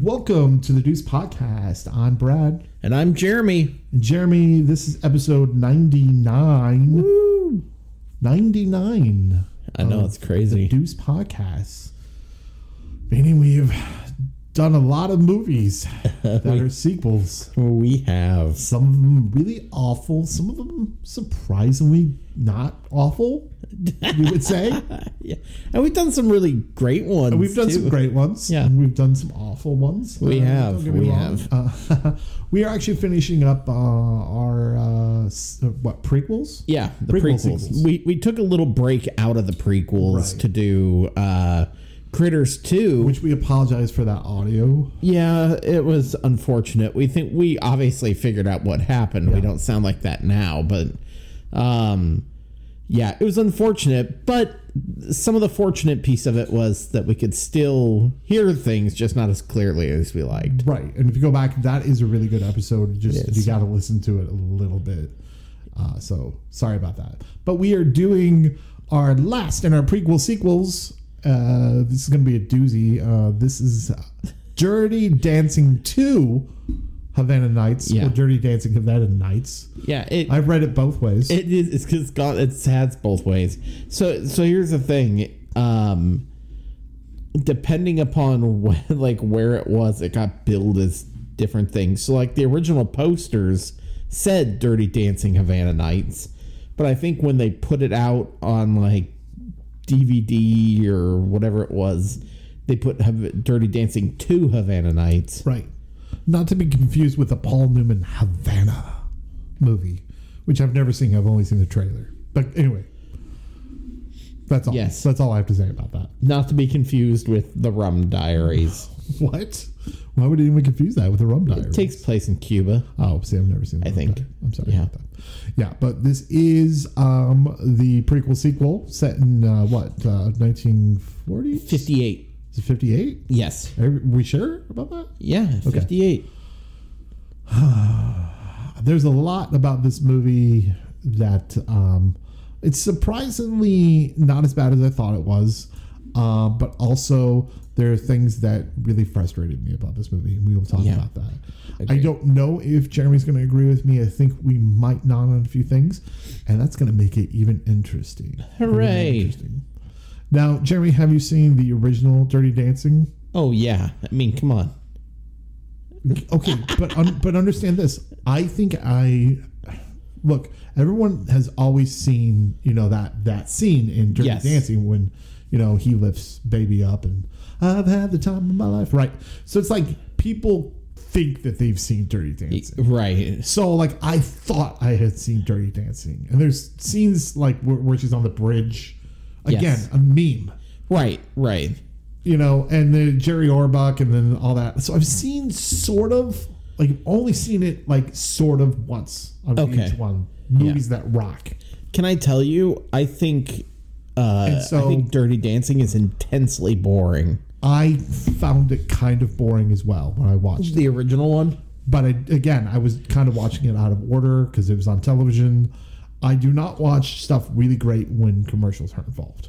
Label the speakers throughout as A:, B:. A: Welcome to the Deuce Podcast. I'm Brad.
B: And I'm Jeremy.
A: And Jeremy, this is episode 99. 99.
B: I know,
A: Oh.
B: it's crazy.
A: The Deuce Podcast. Meaning we've done a lot of movies that are sequels.
B: We have.
A: Some of them really awful, some of them surprisingly not awful, you would say.
B: Yeah. And we've done some really great ones.
A: We've done some
B: too.
A: great ones.
B: Yeah.
A: and we've done some awful ones. uh,
B: We have,
A: don't get me
B: we
A: wrong. Uh, we are actually finishing up uh, our uh, s- uh, what prequels?
B: Yeah, the
A: Prequel
B: prequels.
A: sequels.
B: We, we took a little break out of the prequels
A: Right.
B: to do uh, Critters 2.
A: Which we apologize for that audio.
B: yeah, it was unfortunate. We think we obviously figured out what happened. We don't sound like that now, but um, yeah, it was unfortunate. But some of the fortunate piece of it was that we could still hear things, just not as clearly as we liked.
A: Right, and if you go back, that is a really good episode. Just you got to listen to it a little bit. Uh, so sorry about that, but we are doing our last and our prequel sequels. Uh, this is going to be a doozy. Uh, this is Dirty Dancing Two, Havana Nights,
B: Yeah.
A: or Dirty Dancing Havana Nights.
B: Yeah, it,
A: I've read it both ways.
B: It is. It's it's gone. It's has both ways. So so here's the thing. Um, depending upon when, like where it was, it got billed as different things. So like the original posters said "Dirty Dancing Havana Nights," but I think when they put it out on like DVD or whatever it was, they put Hav- "Dirty Dancing Two Havana Nights."
A: right, not to be confused with the Paul Newman Havana movie, which I've never seen. I've only seen the trailer. But anyway, that's all.
B: Yes.
A: that's all I have to say about that.
B: Not to be confused with the Rum Diaries.
A: What? Why would anyone confuse that with a rum diary?
B: It takes place in Cuba.
A: oh, see, I've never seen. The
B: I
A: rum
B: think.
A: Diary. I'm sorry
B: Yeah.
A: about that. Yeah, but this is um, the prequel sequel set in uh, what uh, 1940s?
B: Fifty-eight.
A: Is it 58?
B: Yes.
A: Are we sure about that?
B: Yeah, 58.
A: there's a lot about this movie that um, it's surprisingly not as bad as I thought it was, uh, but also there are things that really frustrated me about this movie, and we will talk
B: Yeah.
A: about that. I don't know if Jeremy's going to agree with me. I think we might not on a few things, and that's going to make it even interesting.
B: Hooray.
A: Interesting. Now, Jeremy, have you seen the original Dirty Dancing?
B: Oh, yeah. I mean, come on.
A: okay, but un- but understand this. I think I look. Everyone has always seen you know that that scene in Dirty
B: Yes.
A: Dancing when you know he lifts baby up and I've had the time of my life. Right. So it's like people think that they've seen Dirty Dancing.
B: Right.
A: So like I thought I had seen Dirty Dancing, and there's scenes like where, where she's on the bridge. Again,
B: Yes.
A: a meme
B: Right, right.
A: you know, and then Jerry Orbach and then all that. So I've seen sort of like I've only seen it like sort of once on
B: Okay.
A: each one. Movies that rock.
B: Can I tell you? I think. Uh,
A: And so-
B: I think Dirty Dancing is intensely boring.
A: I found it kind of boring as well when I watched it.
B: The original one?
A: But I, again, I was kind of watching it out of order because it was on television. I do not watch stuff really great when commercials are involved.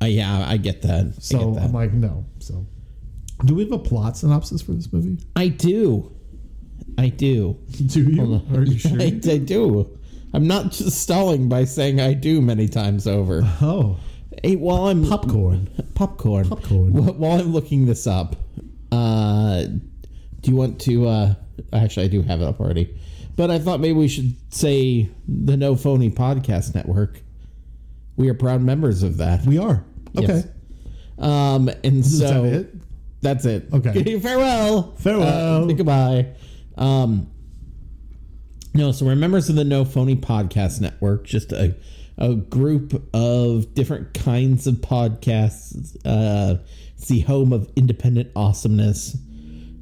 B: Uh, yeah, I get that. I,
A: So
B: get
A: I'm
B: that.
A: like, no. So, do we have a plot synopsis for this movie?
B: I do. I do.
A: Do you? Are you sure?
B: I, I do. I'm not just stalling by saying I do many times over.
A: Oh,
B: Hey, while I'm
A: popcorn.
B: popcorn.
A: Popcorn.
B: Wh- While I'm looking this up, uh, do you want to? Uh, actually, I do have it up already, but I thought maybe we should say the No Phony Podcast Network. We are proud members of that.
A: We are. Okay.
B: Yes. Um, and so
A: that it?
B: that's it.
A: Okay.
B: Farewell.
A: Farewell.
B: Uh, goodbye. Um, no, so we're members of the No Phony Podcast Network, just a, a group of different kinds of podcasts. Uh, it's the home of independent awesomeness,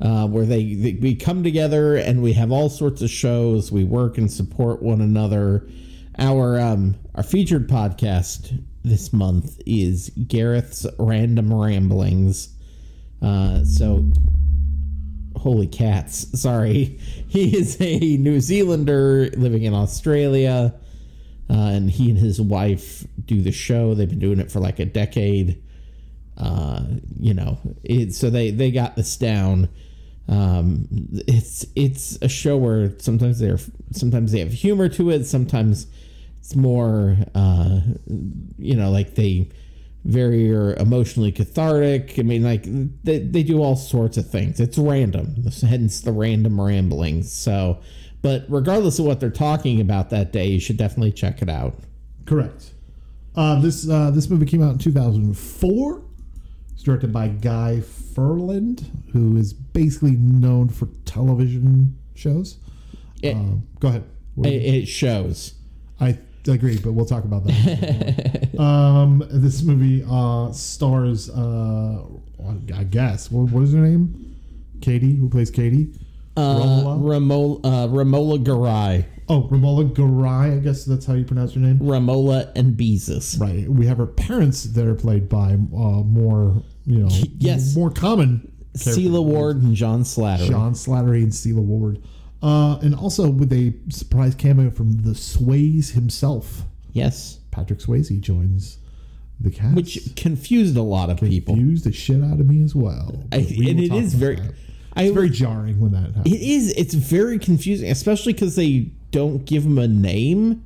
B: uh, where they, they we come together and we have all sorts of shows. We work and support one another. Our um, our featured podcast this month is Gareth's Random Ramblings. Uh, so holy cats sorry he is a new zealander living in australia uh, and he and his wife do the show they've been doing it for like a decade uh, you know it, so they they got this down um, it's it's a show where sometimes they're sometimes they have humor to it sometimes it's more uh, you know like they very or emotionally cathartic i mean like they, they do all sorts of things it's random hence the random ramblings so but regardless of what they're talking about that day you should definitely check it out
A: Correct. Uh, this uh, this movie came out in 2004. It's directed by Guy Ferland, who is basically known for television shows.
B: It-
A: um, go ahead.
B: it,
A: We're-
B: it shows
A: I agree, but we'll talk about that. um, this movie uh, stars, uh, I guess, what, what is her name? Katie, who plays Katie?
B: uh,
A: Romola?
B: Ramola, uh, Ramola Garai,
A: Oh, Romola Garai, I guess that's how you pronounce her name.
B: Ramola and Beezus.
A: Right. We have her parents that are played by uh, more, you know,
B: Yes.
A: more common.
B: Celia Ward and John Slattery.
A: John Slattery and Celia Ward. Uh, and also with a surprise cameo from the Sways himself.
B: Yes,
A: Patrick Swayze joins the cast.
B: which confused a lot of people.
A: confused the shit out of me as well.
B: I,
A: But we
B: and
A: will
B: it
A: talk
B: is
A: about
B: very,
A: that.
B: I
A: It's very jarring when that happens.
B: it is it's very confusing, especially because they don't give him a name,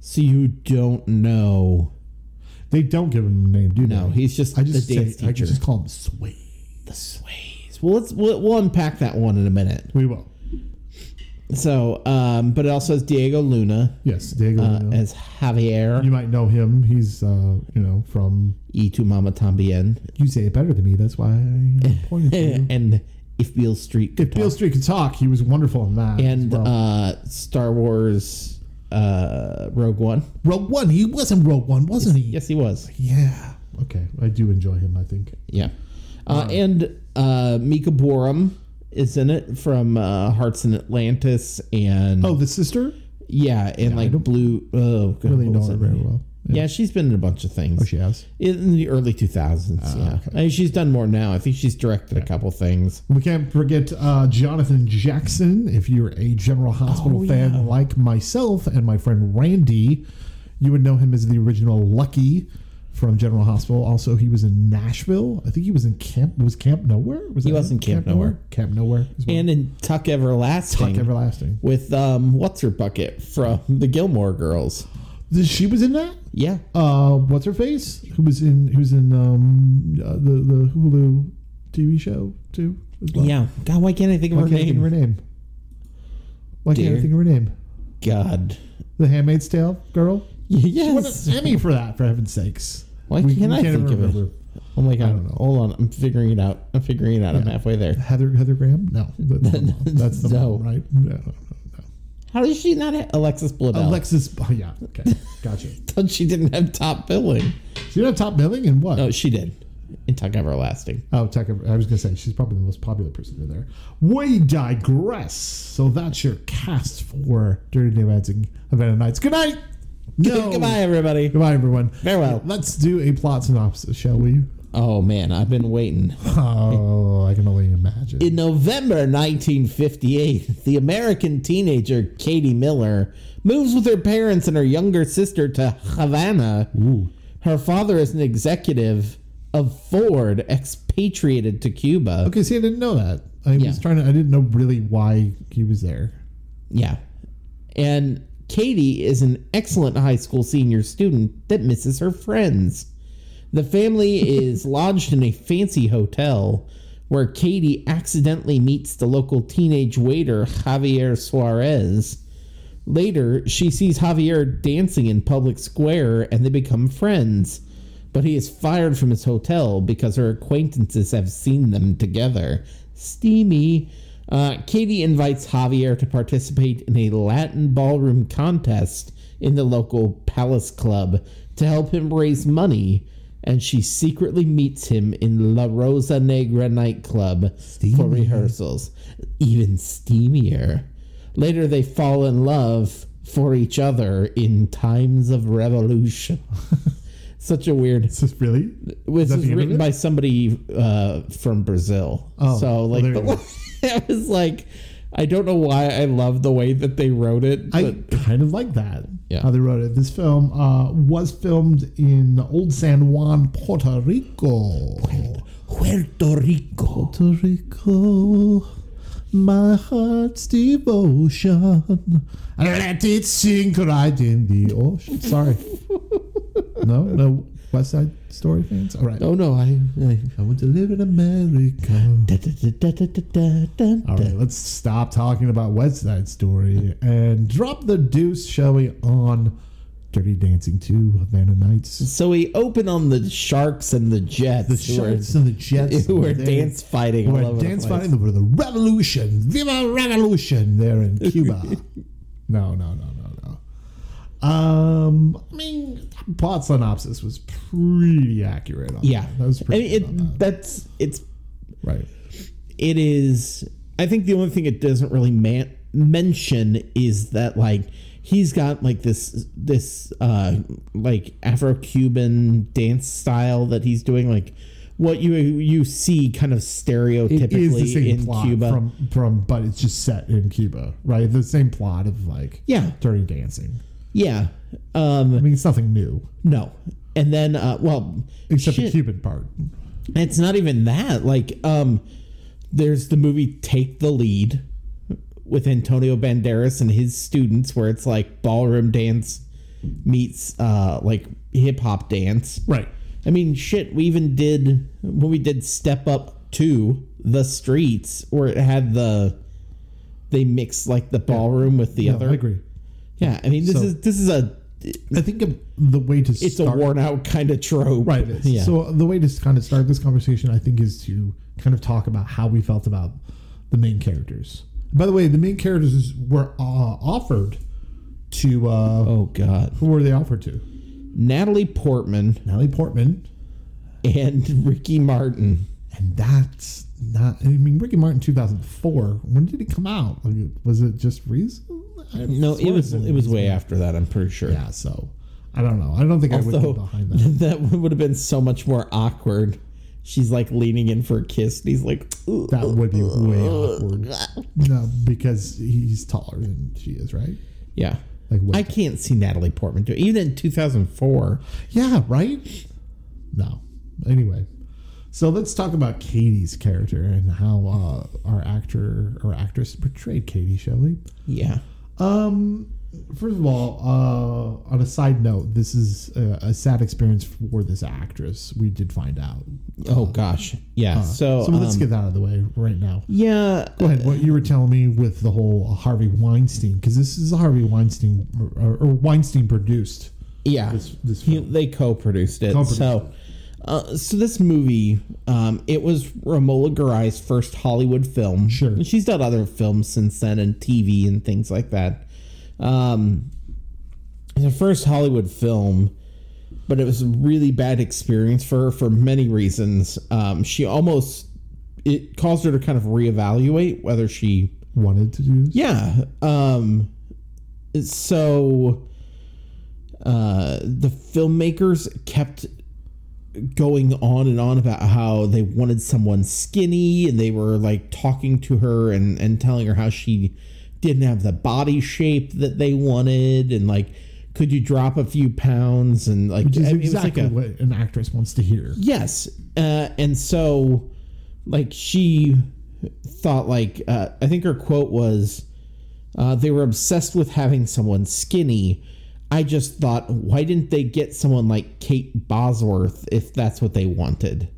B: so you don't know.
A: They don't give him a name, do
B: No,
A: they?
B: he's just
A: I just
B: the dance
A: say, I
B: teacher.
A: just call him Sway.
B: the sways. Well, let's we'll, we'll unpack that one in a minute.
A: We will.
B: So, um, but it also has Diego Luna
A: Yes, Diego.
B: uh,
A: Luna.
B: as Javier
A: you might know him. He's uh, you know from.
B: E tu mama tambien.
A: You say it better than me. That's why I uh, pointed to you.
B: and if Beale Street could
A: If Beale Street could talk, he was wonderful in that. as
B: and
A: well.
B: uh, Star Wars uh, Rogue One.
A: Rogue One, he was in Rogue One, wasn't he?
B: Yes, he was.
A: Yeah. Okay, I do enjoy him. I think.
B: Yeah, uh, and uh, Mika Borum is in it from uh, Hearts in Atlantis, and
A: Oh, the sister
B: yeah, and like Blue. Oh, God,
A: really
B: what
A: know
B: was
A: her
B: it?
A: very well. Oh,
B: Yeah. she's been in a bunch of things.
A: She Oh, has.
B: in the early 2000s, yeah. I mean, she's done more now. I think she's directed a couple things.
A: We can't forget uh, Jonathan Jackson. If you're a General Hospital
B: Oh,
A: fan like myself and my friend Randy, you would know him as the original Lucky from General Hospital. Also, he was in Nashville. I think he was in Camp. Was Camp Nowhere? Was
B: He
A: that
B: was
A: it?
B: in Camp Nowhere.
A: Camp Nowhere. As well.
B: And in Tuck Everlasting
A: Fuck Everlasting.
B: with um, what's her bucket from the Gilmore Girls.
A: She was in that.
B: Yeah.
A: uh, what's her face? Who was in who's in um uh, the the Hulu TV show too? As well?
B: Yeah. God, why can't I think of
A: why
B: her
A: can't I think of
B: name?
A: her name? Why can't I
B: Dear.
A: think of her name?
B: God.
A: The Handmaid's Tale girl. What
B: Yes.
A: an Emmy for that, for heaven's sakes!
B: Why can't I think of it? Oh my God.
A: I don't know.
B: Hold on. I'm figuring it out. I'm figuring it out. I'm halfway there.
A: Heather Heather Graham? No, that's the mom. That's the
B: No.
A: mom, right? No, no, no.
B: How does she not have Alexis Bledel?
A: Alexis. Oh yeah, okay, gotcha.
B: Thought she didn't have top billing.
A: She did have top billing and what?
B: No, she did. In Tuck Everlasting.
A: Oh, tech. I was going to say she's probably the most popular person in there. We digress. So that's your cast for Dirty Dancing Havana Nights. Good night. No.
B: Goodbye, everybody.
A: Goodbye, everyone.
B: Farewell.
A: Let's do a plot synopsis, shall we?
B: Oh man, I've been waiting.
A: Oh, I can only imagine.
B: In November 1958, the American teenager Katie Miller moves with her parents and her younger sister to Havana. Her father is an executive of Ford, expatriated to Cuba.
A: okay, see, I didn't know that. I
B: Yeah.
A: was trying to. I didn't know really why he was there.
B: Yeah. And Katie is an excellent high school senior student that misses her friends. The family is lodged in a fancy hotel where Katie accidentally meets the local teenage waiter, Javier Suarez. Later, she sees Javier dancing in public square and they become friends. But he is fired from his hotel because her acquaintances have seen them together. Steamy. Uh, Katie invites Javier to participate in a Latin ballroom contest in the local Palace Club to help him raise money. And she secretly meets him in La Rosa Negra nightclub for rehearsals. Even steamier. Later, they fall in love for each other in times of revolution. Such a weird.
A: Is this really?
B: It was
A: the end of
B: written
A: it?
B: by somebody uh, from Brazil.
A: Oh,
B: so like,
A: well, there you
B: I was like, I don't know why I love the way that they wrote it.
A: I
B: But
A: kind of like that.
B: Yeah.
A: How they wrote it. This film uh, was filmed in old San Juan, Puerto Rico.
B: Puerto Rico.
A: Puerto Rico. my heart's devotion. Let it sink right in the ocean. Sorry. no, no West Side Story fans. All right.
B: Oh no, I. I
A: I want to live in America.
B: da, da, da, da, da, da, da,
A: All right, let's stop talking about West Side Story and drop the deuce, shall we, on Dirty Dancing 2 Havana Nights.
B: So we open on the sharks and the jets.
A: The
B: who are-
A: Sharks and the Jets.
B: who are
A: They-
B: dance fighting. all
A: We're
B: over the
A: dance
B: place.
A: fighting over the revolution. Viva revolution there in Cuba. no, no, no, no, no. Um, I mean, that plot synopsis was pretty accurate. On
B: Yeah,
A: that, that was
B: I
A: pretty
B: mean,
A: good on
B: it,
A: that.
B: that's it's
A: right.
B: it is. I think the only thing it doesn't really man- mention is that like he's got like this this uh like Afro-Cuban dance style that he's doing like what you you see kind of
A: It is the
B: stereotypically
A: same
B: in
A: plot
B: Cuba.
A: from from, but it's just set in Cuba, right? The same plot of like
B: Yeah.
A: dirty dancing.
B: yeah. Um
A: I mean, it's nothing new
B: no. And then uh well
A: except the
B: shit.
A: Cuban part.
B: It's not even that. Like, um, there's the movie Take the Lead with Antonio Banderas and his students, where it's like ballroom dance meets uh like hip hop dance.
A: Right.
B: I mean, shit. We even did when we did Step Up to the Streets, where it had the they mixed like the ballroom with the
A: Yeah,
B: other.
A: I agree.
B: Yeah, I mean, this
A: So-
B: is this is a
A: I think the way to
B: it's
A: start
B: a worn out kind of trope,
A: Right.
B: Yeah.
A: So the way to kind of start this conversation, I think, is to kind of talk about how we felt about the main characters. By the way, the main characters were uh, offered to. Uh,
B: oh god,
A: Who were they offered to?
B: Natalie Portman
A: Natalie Portman,
B: and Ricky Martin.
A: and that's not. I mean, Ricky Martin, two thousand four. When did it come out? Like, Was it just recent? I
B: No, it
A: swear
B: was
A: been
B: it was
A: recent.
B: way after that. I'm pretty sure.
A: Yeah. So I don't know. I don't think I would
B: Although
A: get behind that.
B: that would have been so much more awkward. She's like leaning in for a kiss, and he's like, "Ooh."
A: That would be way awkward. No, because he's taller than she is, right?
B: "Yeah."
A: Like way
B: I can't see Natalie Portman do it. Even in 2004,
A: Yeah, right? No. Anyway, so let's talk about Katie's character and how uh, our actor or actress portrayed Katie, shall we?
B: yeah,
A: Um, first of all, uh, on a side note, this is uh, a, a sad experience for this actress. We did find out.
B: oh gosh, yeah. so,
A: So let's
B: um,
A: get that out of the way right now.
B: yeah,
A: Go ahead. What you were telling me with the whole Harvey Weinstein, because this is a Harvey Weinstein or, or Weinstein produced.
B: yeah.
A: This, this
B: He-
A: film.
B: they co-produced it.
A: Co-produced
B: so, uh, so this movie, um, it was Romola Garai's first Hollywood film.
A: Sure.
B: And she's done other films since then and TV and things like that. Um, the first Hollywood film, but it was a really bad experience for her for many reasons. Um, she almost it caused her to kind of reevaluate whether she
A: wanted to do. This.
B: yeah. Um so uh the filmmakers kept going on and on about how they wanted someone skinny and they were like talking to her and and telling her how she didn't have the body shape that they wanted and like could you drop a few pounds and like
A: Which is
B: I mean, it was like
A: exactly
B: a-
A: what an actress wants to hear.
B: Yes. Uh, and so, like, she thought, like, uh, I think her quote was, uh, they were obsessed with having someone skinny. I just thought, why didn't they get someone like Kate Bosworth if that's what they wanted?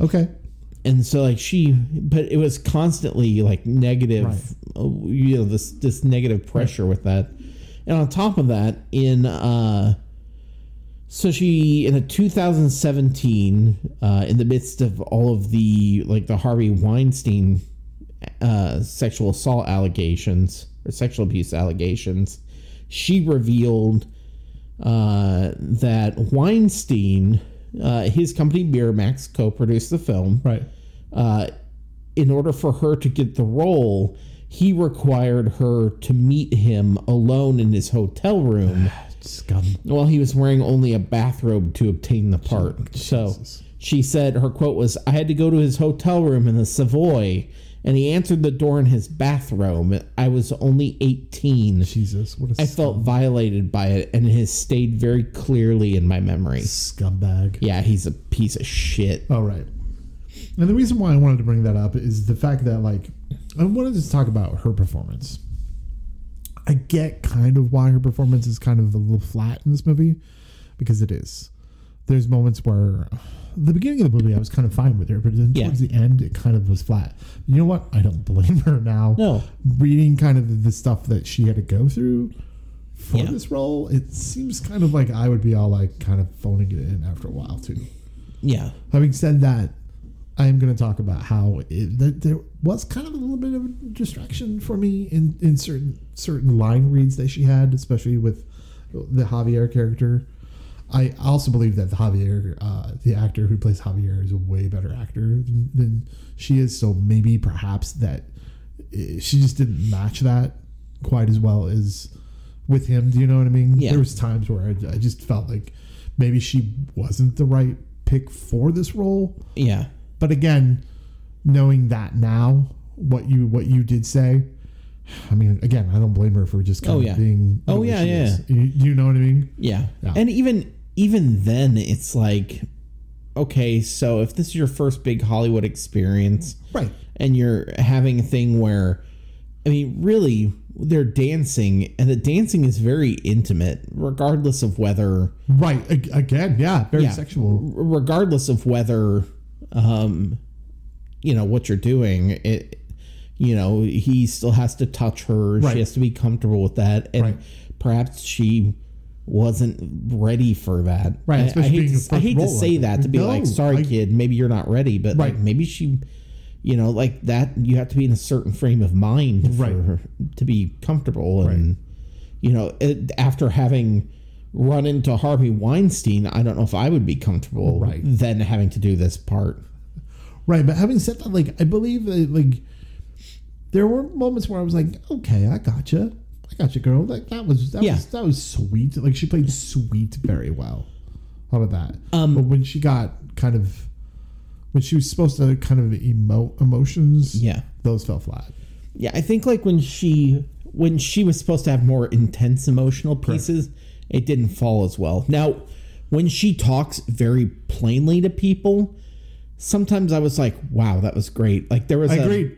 A: Okay.
B: and so like she but it was constantly like negative oh, you know this this negative pressure with that and on top of that in uh so she in a 2017 uh in the midst of all of the like the harvey weinstein uh sexual assault allegations or sexual abuse allegations she revealed uh that weinstein uh, his company Miramax co-produced the film,
A: Right.
B: uh, in order for her to get the role, he required her to meet him alone in his hotel room
A: Scum.
B: while he was wearing only a bathrobe to obtain the part. So
A: Jesus.
B: she said her quote was, "I had to go to his hotel room in the Savoy." And he answered the door in his bathrobe. I was only 18.
A: Jesus. What a
B: I felt violated by it, and it has stayed very clearly in my memory.
A: scumbag.
B: Yeah, he's a piece of shit.
A: All right. And the reason why I wanted to bring that up is the fact that, like, I wanted to talk about her performance. I get kind of why her performance is kind of a little flat in this movie because it is. There's moments where the beginning of the movie I was kind of fine with her, but then
B: Yeah.
A: towards the end it kind of was flat. You know what? I don't blame her now.
B: No.
A: Reading kind of the stuff that she had to go through for
B: Yeah.
A: this role, it seems kind of like I would be all like kind of phoning it in after a while too.
B: Yeah.
A: Having said that, I am going to talk about how it, that there was kind of a little bit of a distraction for me in, in certain certain line reads that she had, especially with the Javier character. I also believe that the Javier, uh, the actor who plays Javier, is a way better actor than, than she is. So maybe perhaps that eh, she just didn't match that quite as well as with him. Do you know what I mean?
B: Yeah.
A: There was times where I, I just felt like maybe she wasn't the right pick for this role.
B: Yeah.
A: But again, knowing that now, what you what you did say, I mean, again, I don't blame her for just kind
B: Oh,
A: of
B: yeah.
A: being. the
B: Oh,
A: way
B: yeah,
A: she
B: yeah.
A: is. You, you know what I mean?
B: Yeah.
A: Yeah.
B: And even even then it's like okay, so if this is your first big Hollywood experience
A: Right.
B: and you're having a thing where I mean, really they're dancing and the dancing is very intimate regardless of whether
A: Right. A- again, yeah, very
B: Yeah.
A: sexual.
B: regardless of whether um you know what you're doing it you know he still has to touch her
A: Right.
B: she has to be comfortable with that and
A: Right.
B: perhaps she wasn't ready for that
A: Right,
B: I- I,
A: especially
B: hate,
A: being her
B: to, I
A: first
B: hate to
A: role, I
B: say
A: think.
B: that to be
A: No,
B: like sorry
A: I-
B: kid maybe you're not ready but like
A: Right.
B: maybe she you know like that you have to be in a certain frame of mind
A: Right.
B: for her to be comfortable and you know, it, after having run into Harvey Weinstein, I don't know if I would be comfortable
A: Right.
B: then having to do this part.
A: Right. But having said that, like I believe that like there were moments where I was like, okay, I gotcha. I gotcha, girl. Like that was that
B: Yeah.
A: was that was sweet. Like she played sweet very well. How about that?
B: Um,
A: but when she got kind of when she was supposed to kind of emote emotions,
B: Yeah.
A: those fell flat.
B: Yeah, I think like when she when she was supposed to have more intense emotional pieces, it didn't fall as well. Now, when she talks very plainly to people, sometimes I was like, "Wow, that was great!" Like there was
A: I
B: a-
A: agree.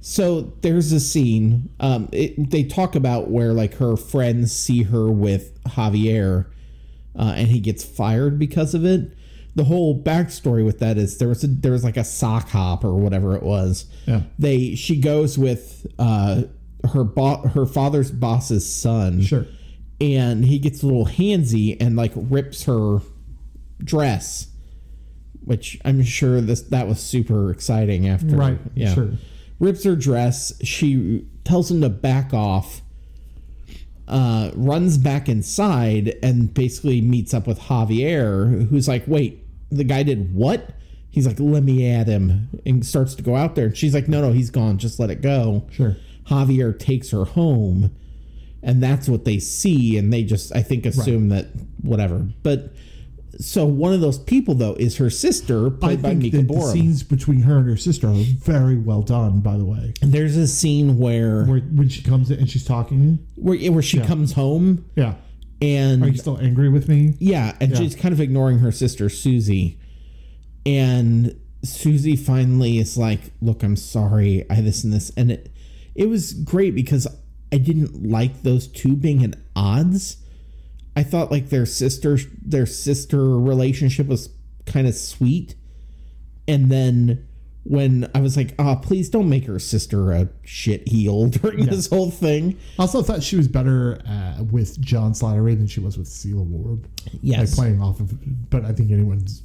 B: So there's a scene. Um, it, they talk about where like her friends see her with Javier, uh, and he gets fired because of it. The whole backstory with that is there was a, there was like a sock hop or whatever it was.
A: Yeah.
B: They she goes with uh, her bo- her father's boss's son
A: Sure.
B: and he gets a little handsy and like rips her dress, which I'm sure this that was super exciting after.
A: Right,
B: Yeah.
A: sure.
B: Rips her dress. She tells him to back off. Uh, runs back inside and basically meets up with Javier, who's like, "Wait, the guy did what?" He's like, "Let me at him," and starts to go out there. And she's like, "No, no, he's gone. Just let it go."
A: Sure.
B: Javier takes her home, and that's what they see, and they just I think assume that whatever. But so one of those people though is her sister,
A: I
B: played by
A: think
B: Mika
A: that the
B: Borum.
A: scenes between her and her sister are very well done, by the way.
B: There's a scene where
A: Where when she comes in and she's talking.
B: where, where she comes home
A: Yeah.
B: and
A: Are you still angry with me?
B: yeah, and
A: Yeah.
B: she's kind of ignoring her sister Susie, and Susie finally is like, "Look, I'm sorry. I this and this," and it it was great because I didn't like those two being at odds. I thought like their sister their sister relationship was kind of sweet. And then when I was like, "Ah, please don't make her sister a shit heel during this whole thing."
A: I also thought she was better uh, with John Slattery than she was with Celia Ward. Like
B: Yes.
A: playing off of, but I think anyone's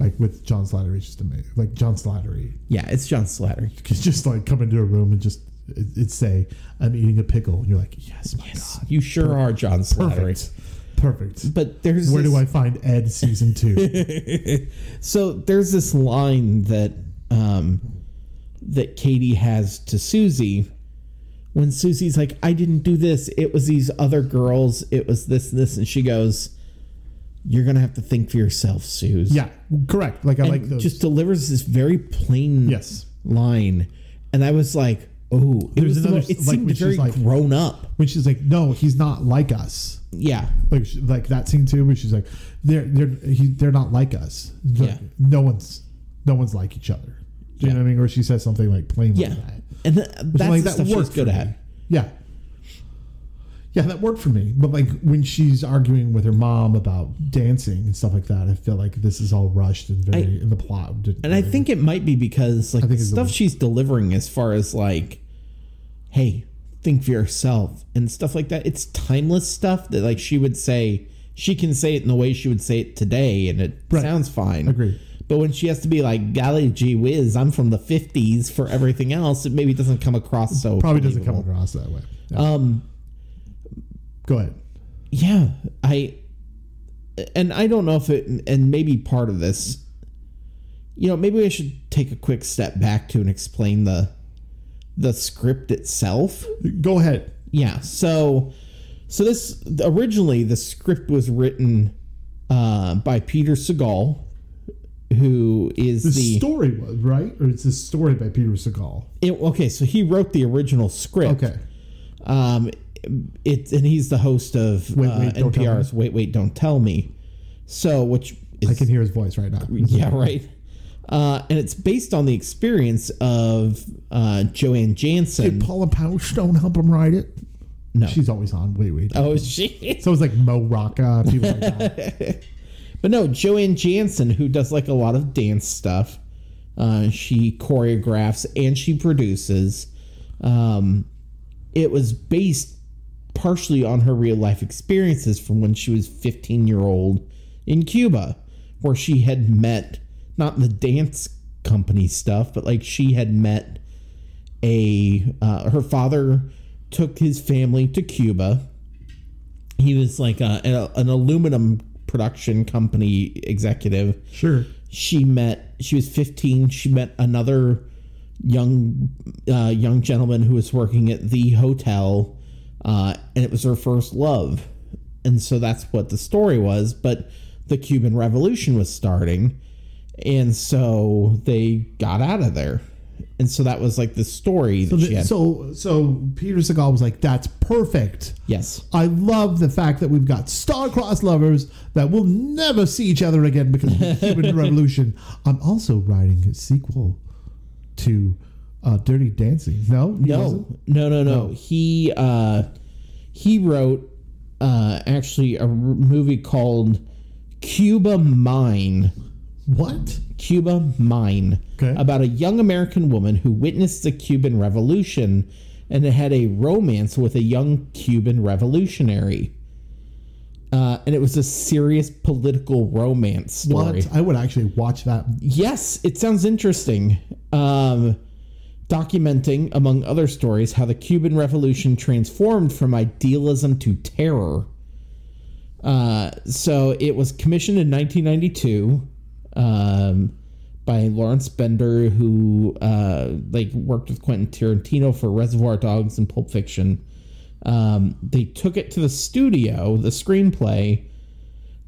A: like with John Slattery is just amazing. Like John Slattery
B: yeah, it's John Slattery.
A: can just like come into a room and just it, it say, "I'm eating a pickle," and you're like, "Yes, my god,
B: You sure are John Slattery.
A: perfect, perfect."
B: But there's
A: Where
B: this-
A: do I find Ed season two?
B: So there's this line that um, that Katie has to Susie when Susie's like, "I didn't do this. It was these other girls. It was this, this," and she goes, "You're gonna have to think for yourself, Suze."
A: yeah, correct. Like I
B: And
A: like those.
B: just delivers this very plain
A: yes,
B: line, and I was like, "Oh, it
A: There's
B: was the
A: another
B: most- it
A: s- like
B: seemed
A: when she's
B: very
A: like-
B: grown up."
A: when she's like, "No, he's not like us."
B: Yeah,
A: Like she, like that scene too, where she's like, "They're they're he, they're not like us. Like,
B: Yeah.
A: No one's no one's like each other." Do you
B: Yeah.
A: know what I mean? Or she says something like plainly
B: yeah,
A: like that.
B: and th- that's
A: like,
B: the
A: that
B: stuff she's
A: worked
B: good
A: for
B: at.
A: me. Yeah. Yeah, that worked for me. But like when she's arguing with her mom about dancing and stuff like that, I feel like this is all rushed and very in the plot. Didn't
B: And I think it might be because like the
A: think it's
B: stuff
A: the-
B: she's delivering as far as like, hey, think for yourself and stuff like that. It's timeless stuff that like she would say she can say it in the way she would say it today and it
A: Right.
B: sounds fine.
A: Agreed.
B: But when she has to be like, golly gee whiz, I'm from the fifties for everything else, it maybe doesn't come across so
A: probably doesn't come
B: believable.
A: across that way. Um, go ahead.
B: yeah i and i don't know if it and maybe part of this you know maybe i should take a quick step back to and explain the the script itself
A: Go ahead.
B: yeah so so this originally the script was written uh by peter segal who is
A: The,
B: the
A: story was right, or it's a story by Peter Segal.
B: it, okay so he wrote the original script
A: Okay,
B: Um, it and he's the host of
A: Wait,
B: uh,
A: Wait, Don't Tell
B: NPR's "Wait Wait Don't Tell Me," so which is
A: I can hear his voice right now.
B: yeah right, uh, and it's based on the experience of uh, Joanne Jansen.
A: Did Paula Poundstone help him write it?
B: No.
A: she's always on. Wait, wait.
B: oh shit!
A: So it's like Mo Rocca, people like that.
B: But no, Joanne Jansen, who does like a lot of dance stuff, uh, she choreographs and she produces. Um, it was based partially on her real life experiences from when she was 15 year old in Cuba, where she had met not the dance company stuff, but like she had met a uh, her father took his family to Cuba. He was like a, a- an aluminum production company executive.
A: Sure.
B: She met. She was 15. She met another young uh, young gentleman who was working at the hotel, uh, and it was her first love, and so that's what the story was. But the Cuban Revolution was starting, and so they got out of there, and so that was like the story that
A: So,
B: she had.
A: so, so Peter Segal was like, "That's perfect."
B: yes,
A: I love the fact that we've got star-crossed lovers that will never see each other again because of the Cuban Revolution. I'm also writing a sequel to uh, Dirty Dancing. No, He Oh. wasn't?
B: No, no, no, no. He uh, he wrote uh, actually a r- movie called Cuba Mine.
A: What?
B: Cuba Mine.
A: Okay.
B: About a young American woman who witnessed the Cuban Revolution and had a romance with a young Cuban revolutionary. Uh, and it was a serious political romance story.
A: What? I would actually watch that.
B: Yes, it sounds interesting. Um, documenting, among other stories, how the Cuban Revolution transformed from idealism to terror. Uh, so it was commissioned in 1992 um, by Lawrence Bender, who uh, like worked with Quentin Tarantino for Reservoir Dogs and Pulp Fiction. Um, they took it to the studio, the screenplay.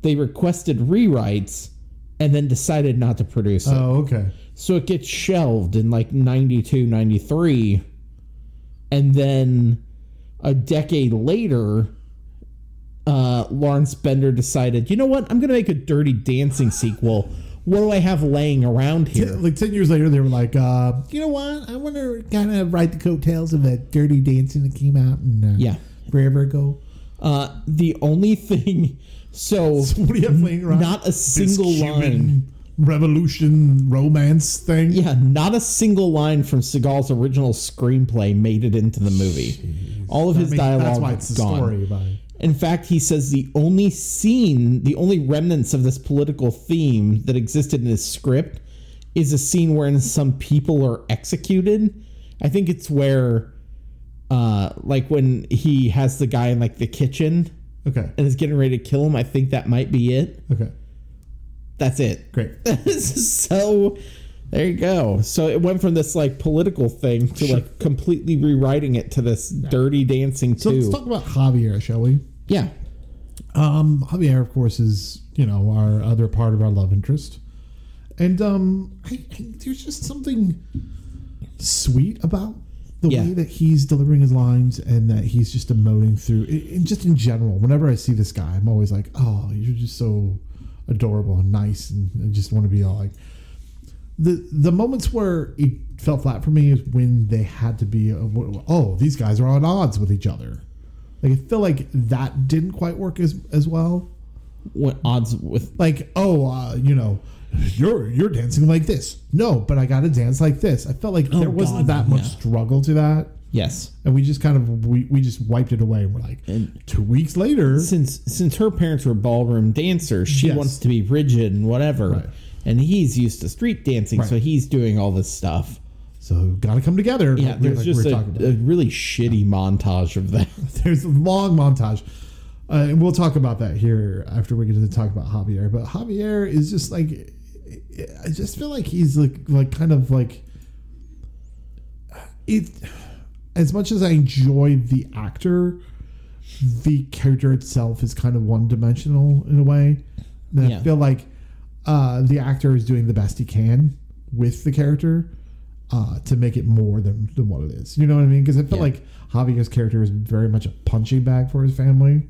B: They requested rewrites, and then decided not to produce it.
A: Oh, okay.
B: So it gets shelved in like 92, 93. And then a decade later, uh, Lawrence Bender decided, you know what? I'm going to make a dirty dancing sequel. What do I have laying around here?
A: Like ten years later, they were like, uh, "You know what? I want to kind of ride the coattails of that Dirty Dancing that came out and uh,
B: Yeah.
A: forever ago."
B: Uh, the only thing. So,
A: What do you have laying around?
B: not a
A: This
B: single
A: Cuban
B: line.
A: revolution romance thing.
B: Yeah, not a single line from Seagal's original screenplay made it into the movie. All of his
A: I mean,
B: dialogue
A: that's why
B: is
A: it's a
B: gone.
A: story. About it.
B: In fact, he says the only scene, the only remnants of this political theme that existed in his script is a scene wherein some people are executed. I think it's where, uh, like when he has the guy in like the kitchen
A: Okay.
B: and is getting ready to kill him. I think that might be it.
A: Okay.
B: That's it.
A: Great.
B: so there you go. So it went from this like political thing to like completely rewriting it to this dirty dancing
A: So
B: too.
A: let's talk about Javier, shall we?
B: yeah.
A: Um, Javier, of course, is you know our other part of our love interest, and um, I, I, there's just something sweet about the
B: Yeah.
A: way that he's delivering his lines and that he's just emoting through. i- And just in general, whenever I see this guy, I'm always like, oh, you're just so adorable and nice, and I just want to be all like. the the moments where it fell flat for me is when they had to be oh these guys are on odds with each other. Like I feel like that didn't quite work as as well.
B: What odds with
A: Like oh uh, you know you're you're dancing like this. No, but I got to dance like this. I felt like
B: Oh,
A: there wasn't
B: God,
A: that much
B: yeah.
A: struggle to that.
B: yes.
A: And we just kind of we, we just wiped it away. We're like
B: And-
A: two weeks later.
B: Since since her parents were ballroom dancers, she
A: Yes.
B: wants to be rigid and whatever.
A: Right.
B: And he's used to street dancing, so
A: Right.
B: he's doing all this stuff.
A: So got to come together.
B: Yeah,
A: like we-
B: there's
A: like we
B: just
A: were
B: a,
A: talking about.
B: a really shitty montage of that.
A: there's a long montage. Uh, and we'll talk about that here after we get to talk about Javier. But Javier is just like, I just feel like he's like, like kind of like, it. As much as I enjoy the actor, the character itself is kind of one dimensional in a way. And
B: Yeah.
A: I feel like uh, the actor is doing the best he can with the character uh, to make it more than, than what it is. You know what I mean? Because I feel
B: Yeah.
A: like Javier's character is very much a punching bag for his family.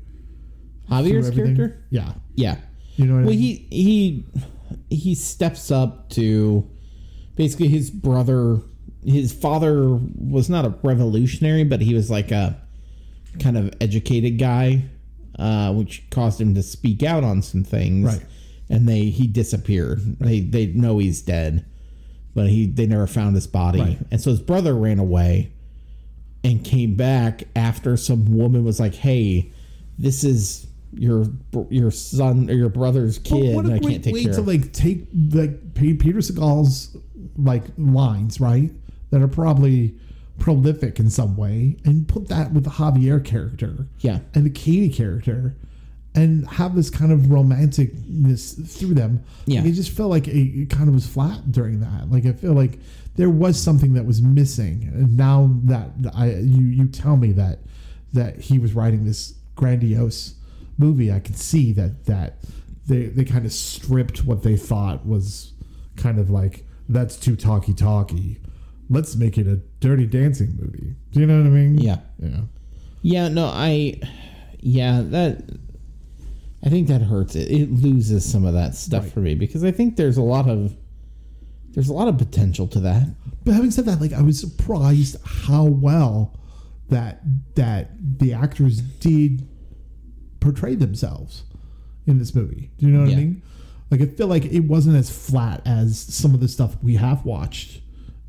A: through
B: Javier's
A: everything.
B: character?
A: Yeah.
B: Yeah.
A: You know what
B: Well,
A: I mean?
B: he he he steps up to basically his brother. His father was not a revolutionary, but he was like a kind of educated guy, uh, which caused him to speak out on some things.
A: Right.
B: And they he disappeared. They they know he's dead, but he they never found his body.
A: Right.
B: And so his brother ran away and came back after some woman was like, "Hey, this is your your son or your brother's
A: But
B: kid,
A: what
B: and
A: a
B: I
A: great
B: can't take
A: way
B: care
A: to
B: of."
A: like take like Pe- Peter Segal's like lines right that are probably prolific in some way, and put that with the Javier character,
B: Yeah.
A: and the Katie character, and have this kind of romanticness through them.
B: Yeah.
A: Like, I just felt like it, it kind of was flat during that. Like I feel like there was something that was missing, and now that I you you tell me that that he was writing this grandiose movie, I can see that that they they kind of stripped what they thought was kind of like that's too talky talky. Let's make it a dirty dancing movie. Do you know what I mean?
B: Yeah,
A: Yeah.
B: yeah, no, I, yeah, that. I think that hurts it. It loses some of that stuff
A: Right.
B: for me because I think there's a lot of there's a lot of potential to that.
A: But having said that, like I was surprised how well that that the actors did portray themselves in this movie. Do you know what
B: Yeah.
A: I mean? Like I feel like it wasn't as flat as some of the stuff we have watched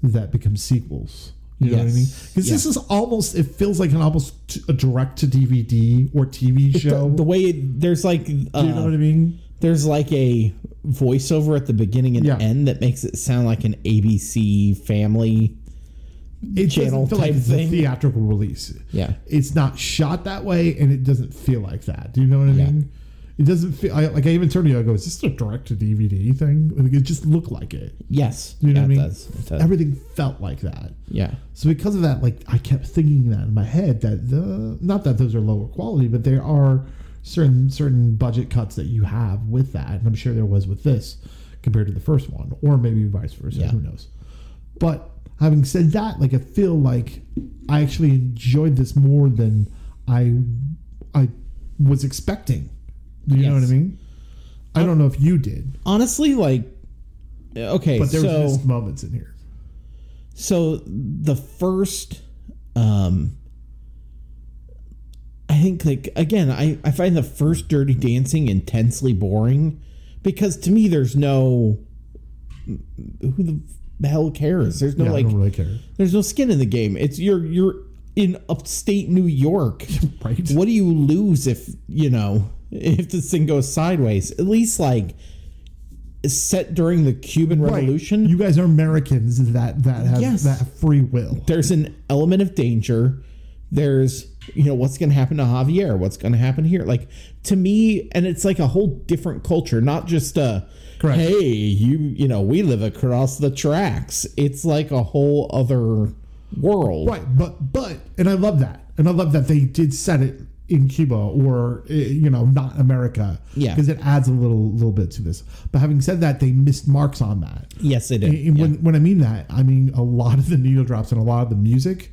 A: that becomes sequels. You know what I mean?
B: Yes.
A: Because this
B: Yeah.
A: is almost it feels like an almost t- a direct to DVD or TV show.
B: The way it, there's like uh,
A: do you know what I mean?
B: there's like a voiceover at the beginning and
A: Yeah.
B: end that makes it sound like an ABC family.
A: It doesn't
B: channel
A: feel
B: type
A: like it's a
B: thing.
A: theatrical release.
B: Yeah.
A: it's not shot that way and it doesn't feel like that. Do you know what I
B: Yeah.
A: mean? It doesn't feel I, like I even turned to you. I go, is this a direct to DVD thing? Like, it just looked like it.
B: Yes.
A: Do you know
B: yeah,
A: what I mean?
B: It does. It does.
A: Everything felt like that.
B: yeah.
A: So because of that, like I kept thinking that in my head that the not that those are lower quality, but there are certain certain budget cuts that you have with that, and I'm sure there was with this compared to the first one, or maybe vice versa.
B: Yeah.
A: Who knows? But having said that, like I feel like I actually enjoyed this more than I I was expecting. Do you know what I
B: Yes. Uh,
A: mean? I don't know if you did,
B: honestly, like, okay,
A: but there
B: so
A: was missed moments in here.
B: so the first, um, I think like again, I I find the first Dirty Dancing intensely boring because to me there's no who the hell cares. There's no
A: Yeah, I
B: like
A: don't really care.
B: there's no skin in the game. It's you're you're in upstate New York.
A: Right.
B: What do you lose if you know if this thing goes sideways? At least like set during the Cuban
A: Right.
B: Revolution.
A: You guys are Americans that that have
B: Yes.
A: that free will.
B: there's an element of danger. There's you know what's going to happen to Javier. What's going to happen here? Like to me, and it's like a whole different culture, not just a
A: Correct.
B: hey you you know we live across the tracks. It's like a whole other world.
A: Right, but but and I love that. And I love that they did set it in Cuba or eh, you know, not America.
B: Yeah.
A: Because it adds a little little bit to this. But having said that, they missed marks on that.
B: Yes, it is.
A: And when, when I mean that, I mean a lot of the needle drops and a lot of the music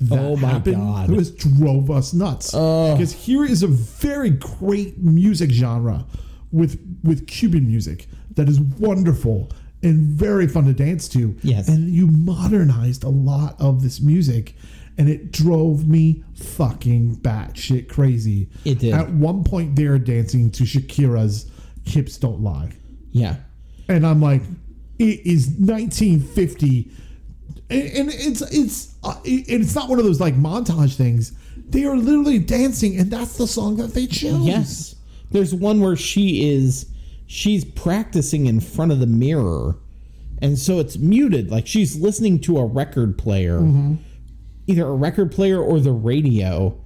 A: that
B: Oh my
A: happened
B: God. Oh.
A: was drove us nuts. Because here is a very great music genre with with Cuban music that is wonderful and very fun to dance to.
B: Yes.
A: And you modernized a lot of this music and it drove me fucking batshit crazy.
B: It did.
A: At one point they are dancing to Shakira's Hips Don't Lie.
B: Yeah.
A: And I'm like, it is 1950. And, and it's it's uh, it- and it's not one of those like montage things. They are literally dancing, and that's the song that they chose.
B: Yes. There's one where she is she's practicing in front of the mirror. And so it's muted like she's listening to a record player.
A: Mm-hmm.
B: Either a record player or the radio.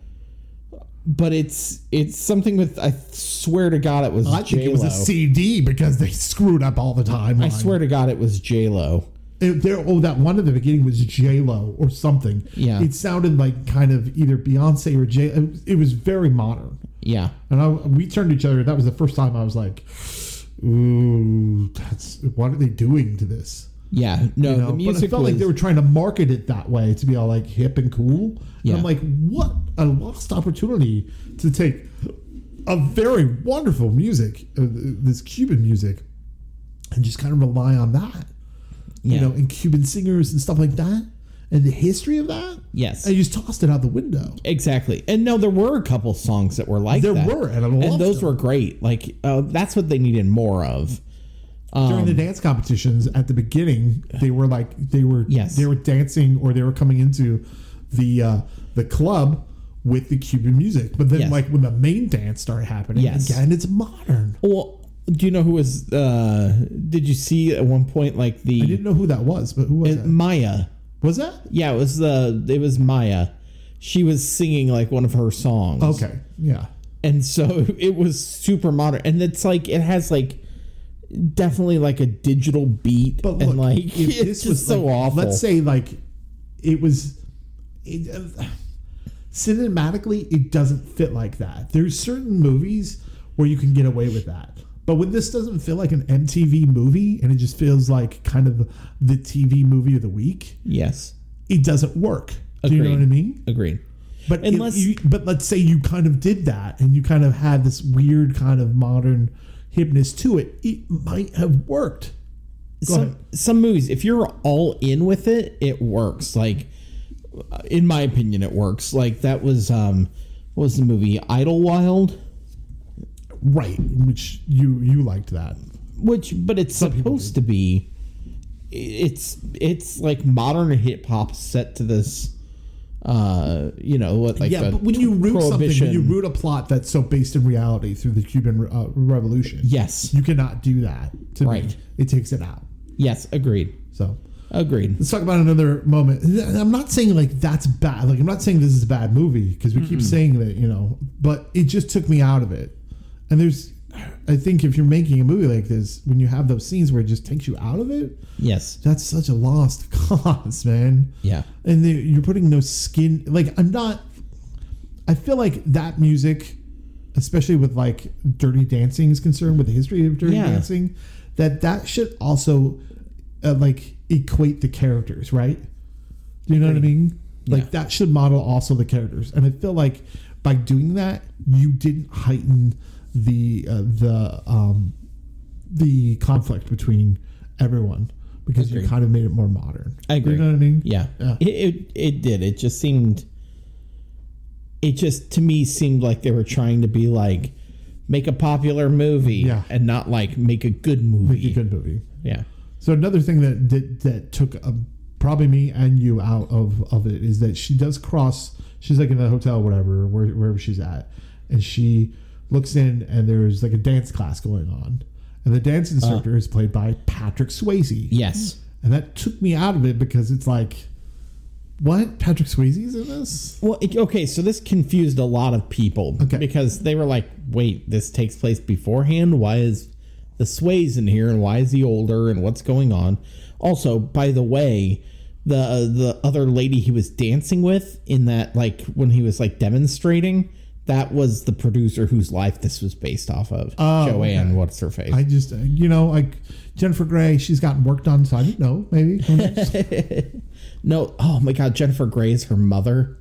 B: But it's it's something with I swear to god it was
A: I think it was
B: J-Lo.
A: a CD because they screwed up all the time.
B: I swear to god it was J-Lo.
A: It- there, oh, that one at the beginning was J Lo or something.
B: Yeah.
A: it sounded like kind of either Beyonce or J. It, was- it was very modern,
B: Yeah.
A: and I, we turned to each other. That was the first time I was like, "Ooh, that's what are they doing to this?"
B: Yeah. No,
A: You know,
B: the
A: but
B: music
A: I felt
B: was
A: like they were trying to market it that way to be all like hip and cool. And
B: Yeah.
A: I'm like, what a lost opportunity to take a very wonderful music, uh, this Cuban music, and just kind of rely on that.
B: Yeah.
A: You know, and Cuban singers and stuff like that, and the history of that.
B: Yes.
A: And uh, you just tossed it out the window.
B: Exactly. And no, there were a couple songs that were like
A: There
B: that.
A: were, and I
B: and
A: loved
B: those
A: them.
B: were great. Like uh, that's what they needed more of.
A: during
B: Um,
A: the dance competitions at the beginning they were like they were
B: Yes.
A: they were dancing or they were coming into the uh the club with the cuban music but then
B: Yes.
A: like when the main dance started happening
B: Yes.
A: again it's modern
B: Well, do you know who was? Uh, did you see at one point like
A: i
B: the
A: didn't know who that was but who was that
B: Maya?
A: was that
B: Yeah, it was the it was Maya. She was singing like one of her songs.
A: okay yeah
B: and so it was super modern, and it's like it has like definitely like a digital beat,
A: but look
B: and like
A: if
B: it's
A: this
B: just
A: was
B: so
A: like,
B: awful.
A: let's say like it was it, uh, cinematically it doesn't fit like that there's certain movies where you can get away with that but when this doesn't feel like an mtv movie and it just feels like kind of the tv movie of the week
B: yes,
A: it doesn't work do you know
B: Agreed.
A: what i mean
B: agreed.
A: but if
B: Unless-
A: you, but let's say you kind of did that and you kind of had this weird kind of modern hipness to it it might have worked
B: some
A: ahead.
B: some movies if you're all in with it it works like in my opinion it works like that was um what was the movie Idlewild
A: right which you you liked that
B: which but it's supposed to be it's it's like modern hip hop set to this uh you know what like
A: yeah,
B: the
A: but when you root something, when you
B: prohibition-
A: root a plot that's so based in reality through the Cuban uh, Revolution,
B: yes
A: you cannot do that. To me,
B: Right.
A: it takes it out.
B: yes agreed
A: So
B: agreed
A: let's talk about another moment. And I'm not saying like that's bad. Like I'm not saying this is a bad movie because we keep saying that, you know. But it just took me out of it. And there's, I think if you're making a movie like this, when you have those scenes where it just takes you out of it,
B: yes
A: that's such a lost cause, man
B: yeah
A: and they, you're putting no skin like i'm not i feel like that music especially with like dirty dancing is concerned with the history of dirty
B: Yeah.
A: dancing that that should also uh, like equate the characters right do you know what i mean like
B: Yeah.
A: that should model also the characters and i feel like by doing that you didn't heighten the uh, the um the conflict between everyone because you
B: Agreed.
A: kind of made it more modern
B: I agree.
A: you know what i mean
B: Yeah.
A: Yeah.
B: It, it it did. It just seemed it just to me seemed like they were trying to be like make a popular movie
A: Yeah.
B: and not like make a good movie.
A: Make a good movie.
B: yeah.
A: So another thing that that, that took uh probably me and you out of of it is that she does cross. She's like in the hotel, whatever, where, wherever she's at, and she looks in, and there's like a dance class going on, and the dance instructor is played by Patrick Swayze.
B: Yes.
A: and that took me out of it because it's like, what Patrick Swayze's in this?
B: Well, it, okay, so this confused a lot of people
A: Okay.
B: because they were like, "Wait, this takes place beforehand. Why is the Sways in here, and why is he older, and what's going on?" Also, by the way, the uh, the other lady he was dancing with in that like when he was like demonstrating, that was the producer whose life this was based off of,
A: Oh,
B: Joanne.
A: okay.
B: What's her face?
A: I just, uh, you know, like Jennifer Grey, she's gotten work done, so I don't know, maybe. Who knows?
B: no, oh my God, Jennifer Grey is her mother.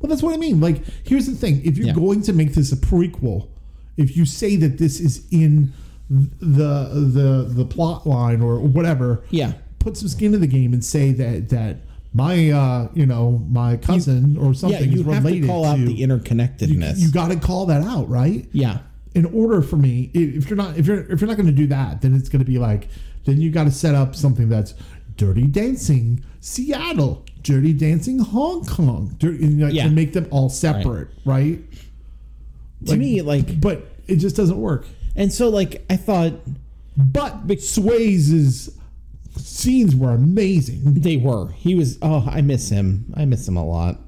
A: Well, that's what I mean. Like, here's the thing: if you're
B: Yeah.
A: going to make this a prequel, if you say that this is in the the the plot line or whatever.
B: Yeah.
A: Put some skin to the game and say that that my uh you know my cousin or
B: Yeah,
A: something
B: you
A: is
B: have
A: related
B: to call out the interconnectedness.
A: you got to call that out, right?
B: yeah.
A: in order for me i- if you're not if you're if you're not going to do that then it's going to be like then you got to set up something that's dirty dancing seattle dirty dancing hong kong dirty, and, like,
B: Yeah.
A: to make them all separate right,
B: to me, like,
A: but it just doesn't work
B: and so, like, I thought
A: but Swayze's scenes were amazing
B: they were. He was. Oh, I miss him. I miss him a lot.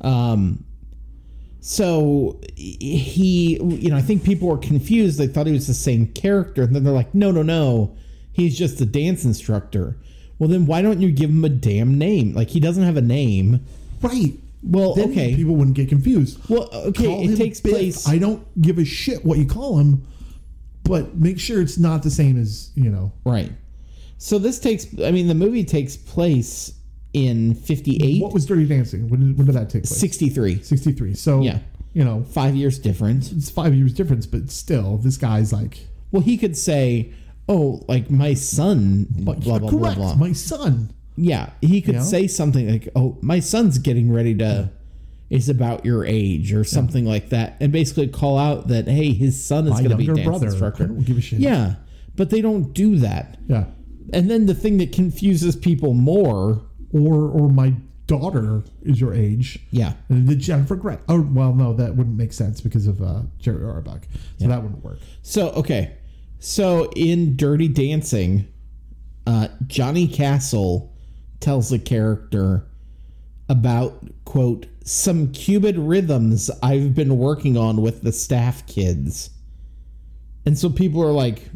B: Um, so he, you know, I think people were confused. They thought he was the same character, and then they're like, no, no, no, he's just a dance instructor. Well, then why don't you give him a damn name? Like, he doesn't have a name.
A: right
B: Well,
A: then
B: okay.
A: people wouldn't get confused
B: well,
A: Call
B: okay.
A: him
B: It takes
A: Biff.
B: place.
A: i don't give a shit what you call him but make sure it's not the same as you know
B: Right. So this takes. I mean, the movie takes place in '58,
A: what was dirty dancing when did, when did that take place
B: '63,
A: 63. So,
B: Yeah.
A: you know,
B: five years different.
A: it's five years difference, but still, this guy's like,
B: Well, he could say, "Oh, like my son." Blah blah blah blah.
A: correct,
B: blah.
A: my son.
B: yeah, he could
A: Yeah.
B: say something like, "Oh, my son's getting ready to." Is about your age or something like that, and basically call out that hey, his son is
A: My
B: going to be a
A: younger
B: dance
A: brother.
B: instructor.
A: I don't give a shit.
B: Yeah, but they don't do that.
A: Yeah.
B: And then the thing that confuses people more,
A: Or, or my daughter is your age.
B: yeah,
A: And the Jennifer Gre Oh, well, no, that wouldn't make sense because of uh, Jerry Auerbach. So that wouldn't work.
B: So okay, so in Dirty Dancing, uh, Johnny Castle tells the character about quote some Cuban rhythms I've been working on with the staff kids, and so people are like,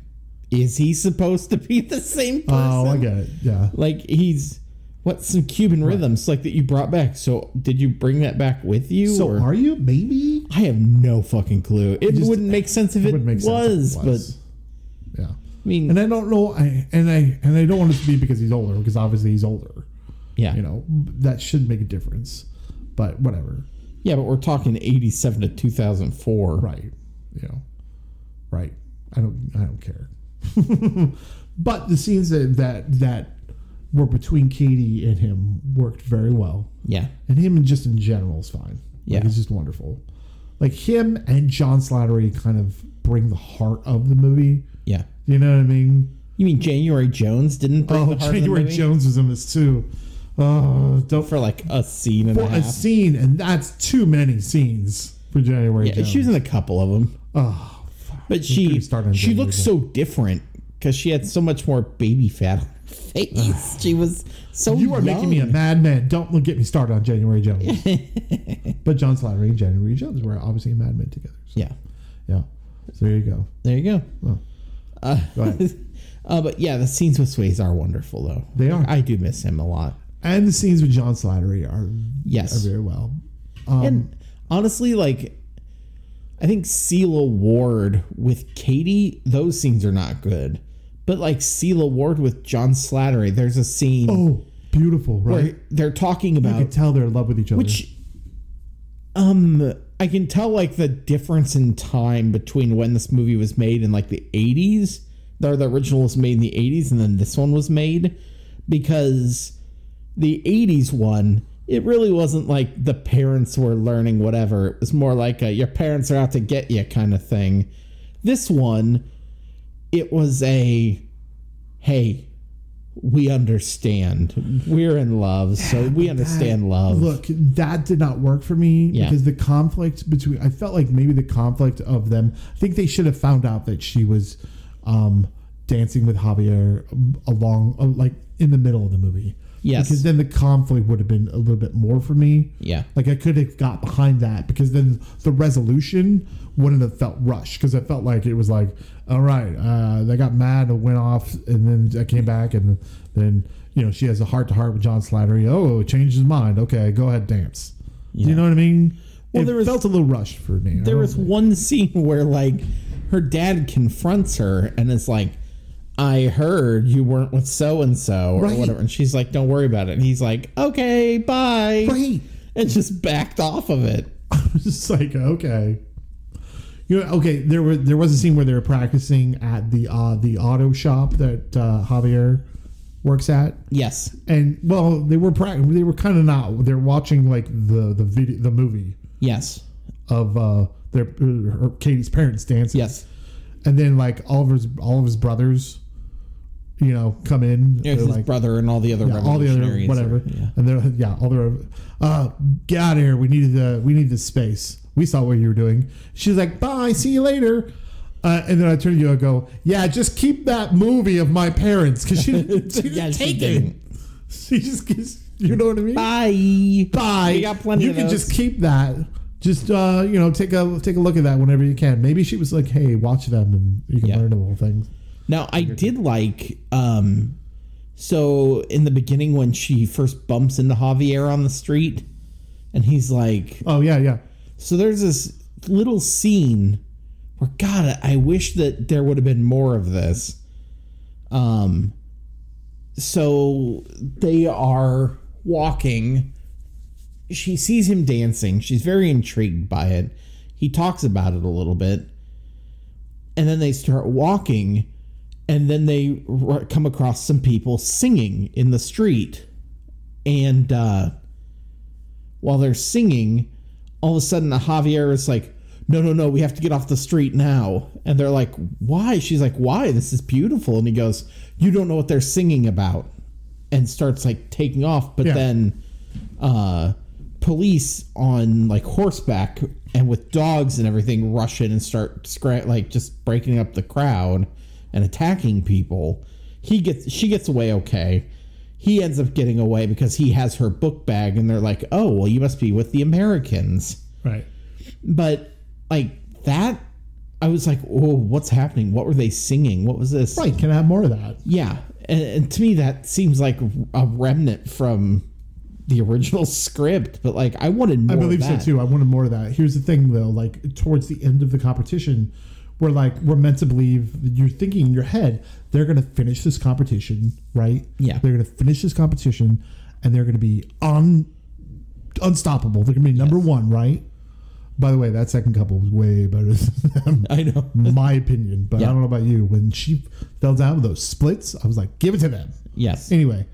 B: "Is he supposed to be the same person?"
A: Oh, I get it. Yeah.
B: Like he's what some Cuban rhythms like that you brought back. So did you bring that back with you?
A: So
B: or?
A: are you? Maybe?
B: I have no fucking clue. It
A: just-
B: wouldn't make sense if it,
A: It wouldn't make
B: was,
A: sense. if it
B: but.
A: But. Yeah.
B: I mean,
A: And I don't know. I And I and I don't want it to be because he's older, because obviously he's older.
B: yeah,
A: You know, that should make a difference. But whatever.
B: yeah, but we're talking eighty-seven to two thousand four.
A: right you know right i don't i don't care but the scenes that, that that were between katie and him worked very well
B: Yeah,
A: and him just in general is fine
B: Yeah.
A: like, he's just wonderful like him and john slattery kind of bring the heart of the movie
B: yeah.
A: you know what i mean
B: You mean January Jones didn't bring
A: oh
B: the heart
A: january
B: January of the movie
A: jones was in this too oh don't
B: for like a scene and
A: for
B: a
A: a
B: half?
A: scene and that's too many scenes for january
B: Yeah,
A: jones
B: she was in a couple of them,
A: oh
B: but she
A: could've started on
B: she
A: January
B: looked so different because she had so much more baby fat on her face. she was so
A: You are making me a
B: young.
A: madman. Don't look- get me started on January Jones. but John Slattery and January Jones were obviously a madman together. So,
B: yeah.
A: yeah. So there you go.
B: There you go.
A: Well,
B: Uh,
A: Oh. go ahead.
B: uh, but yeah, the scenes with Swayze are wonderful though.
A: They are.
B: I do miss him a lot.
A: And the scenes with John Slattery are,
B: Yes.
A: are very well. Um,
B: And honestly, like, I think Celia Ward with Katie, those scenes are not good. But like Celia Ward with John Slattery, there's a scene
A: oh, beautiful, right?
B: where they're talking
A: You could
B: about
A: tell they're in love with each other.
B: which, um, I can tell like the difference in time between when this movie was made and like the 80s. Or the original was made in the 80s and then this one was made because the 80s one it really wasn't like the parents were learning whatever it was more like a your parents are out to get you kind of thing this one it was a hey we understand we're in love so we understand love
A: Look, that did not work for me
B: Yeah.
A: because the conflict between I felt like maybe the conflict of them. I think they should have found out that she was um, dancing with Javier along uh, like in the middle of the movie.
B: Yes.
A: Because then the conflict would have been a little bit more for me.
B: yeah
A: Like I could have got behind that because then the resolution wouldn't have felt rushed because I felt like it was like, all right, uh, they got mad and went off, and then I came back and then you know she has a heart to heart with John Slattery. Oh, changed his mind. Okay, go ahead, dance. Do you know what I mean? Well, it
B: there was-
A: felt a little rushed for me. I
B: there
A: don't
B: was
A: think-
B: one scene where like her dad confronts her and it's like i heard you weren't with so and so or
A: Right.
B: whatever and she's like don't worry about it and he's like okay bye
A: right.
B: and just backed off of it
A: It's like okay, You know, okay, there were there was a scene where they were practicing at the uh, the auto shop that uh, Javier works at,
B: Yes.
A: and well, they were prac they were kind of not. They're watching like the the video the movie
B: Yes.
A: of uh, their her, Katie's parents dancing.
B: Yes.
A: and then like all of his all of his brothers, you know, come in.
B: There's
A: They're
B: his
A: like,
B: brother and all the other
A: yeah, all the other
B: revolutionaries.
A: whatever,
B: Yeah.
A: and they're yeah, all the uh, get out of here. We needed the we need the space. We saw what you were doing. She's like, bye, see you later. Uh, and then I turn to you and go, yeah, just keep that movie of my parents because she didn't, she didn't
B: Yeah, she
A: take it.
B: didn't.
A: She just gives, you know what I mean?
B: Bye.
A: Bye.
B: We got plenty
A: You
B: of
A: can
B: those.
A: just keep that. Just uh, you know, take a take a look at that whenever you can. Maybe she was like, "Hey, watch them, and you can
B: Yeah.
A: learn a little things."
B: Now I did like um so in the beginning when she first bumps into Javier on the street and he's like
A: Oh yeah, yeah.
B: so there's this little scene where god I wish that there would have been more of this. Um so they are walking she sees him dancing. She's very intrigued by it. He talks about it a little bit. And then they start walking. And then they r- come across some people singing in the street. And uh, while they're singing, all of a sudden uh, Javier is like, no, no, no, we have to get off the street now. And they're like, why? She's like, why? This is beautiful. And he goes, you don't know what they're singing about. And starts like taking off. But
A: Yeah.
B: then uh, police on like horseback and with dogs and everything rush in and start scra- like just breaking up the crowd and attacking people. He gets she gets away okay. He ends up getting away because he has her book bag and they're like, "Oh, well you must be with the Americans."
A: Right.
B: But like that I was like, "Oh, what's happening? What were they singing? What was this?"
A: Right. Can I have more of that?
B: Yeah, and, and to me that seems like a remnant from the original script, but like I wanted more.
A: I believe
B: of that.
A: so too. I wanted more of that. Here's the thing, though. Like towards the end of the competition, we're like we're meant to believe you're thinking in your head they're going to finish this competition, right?
B: Yeah.
A: They're going to finish this competition, and they're going to be un unstoppable. They're going to be number one, right? By the way, that second couple was way better than them.
B: I know.
A: My opinion, but
B: Yeah.
A: I don't know about you. When she fell down with those splits, I was like, give it to them.
B: Yes.
A: Anyway,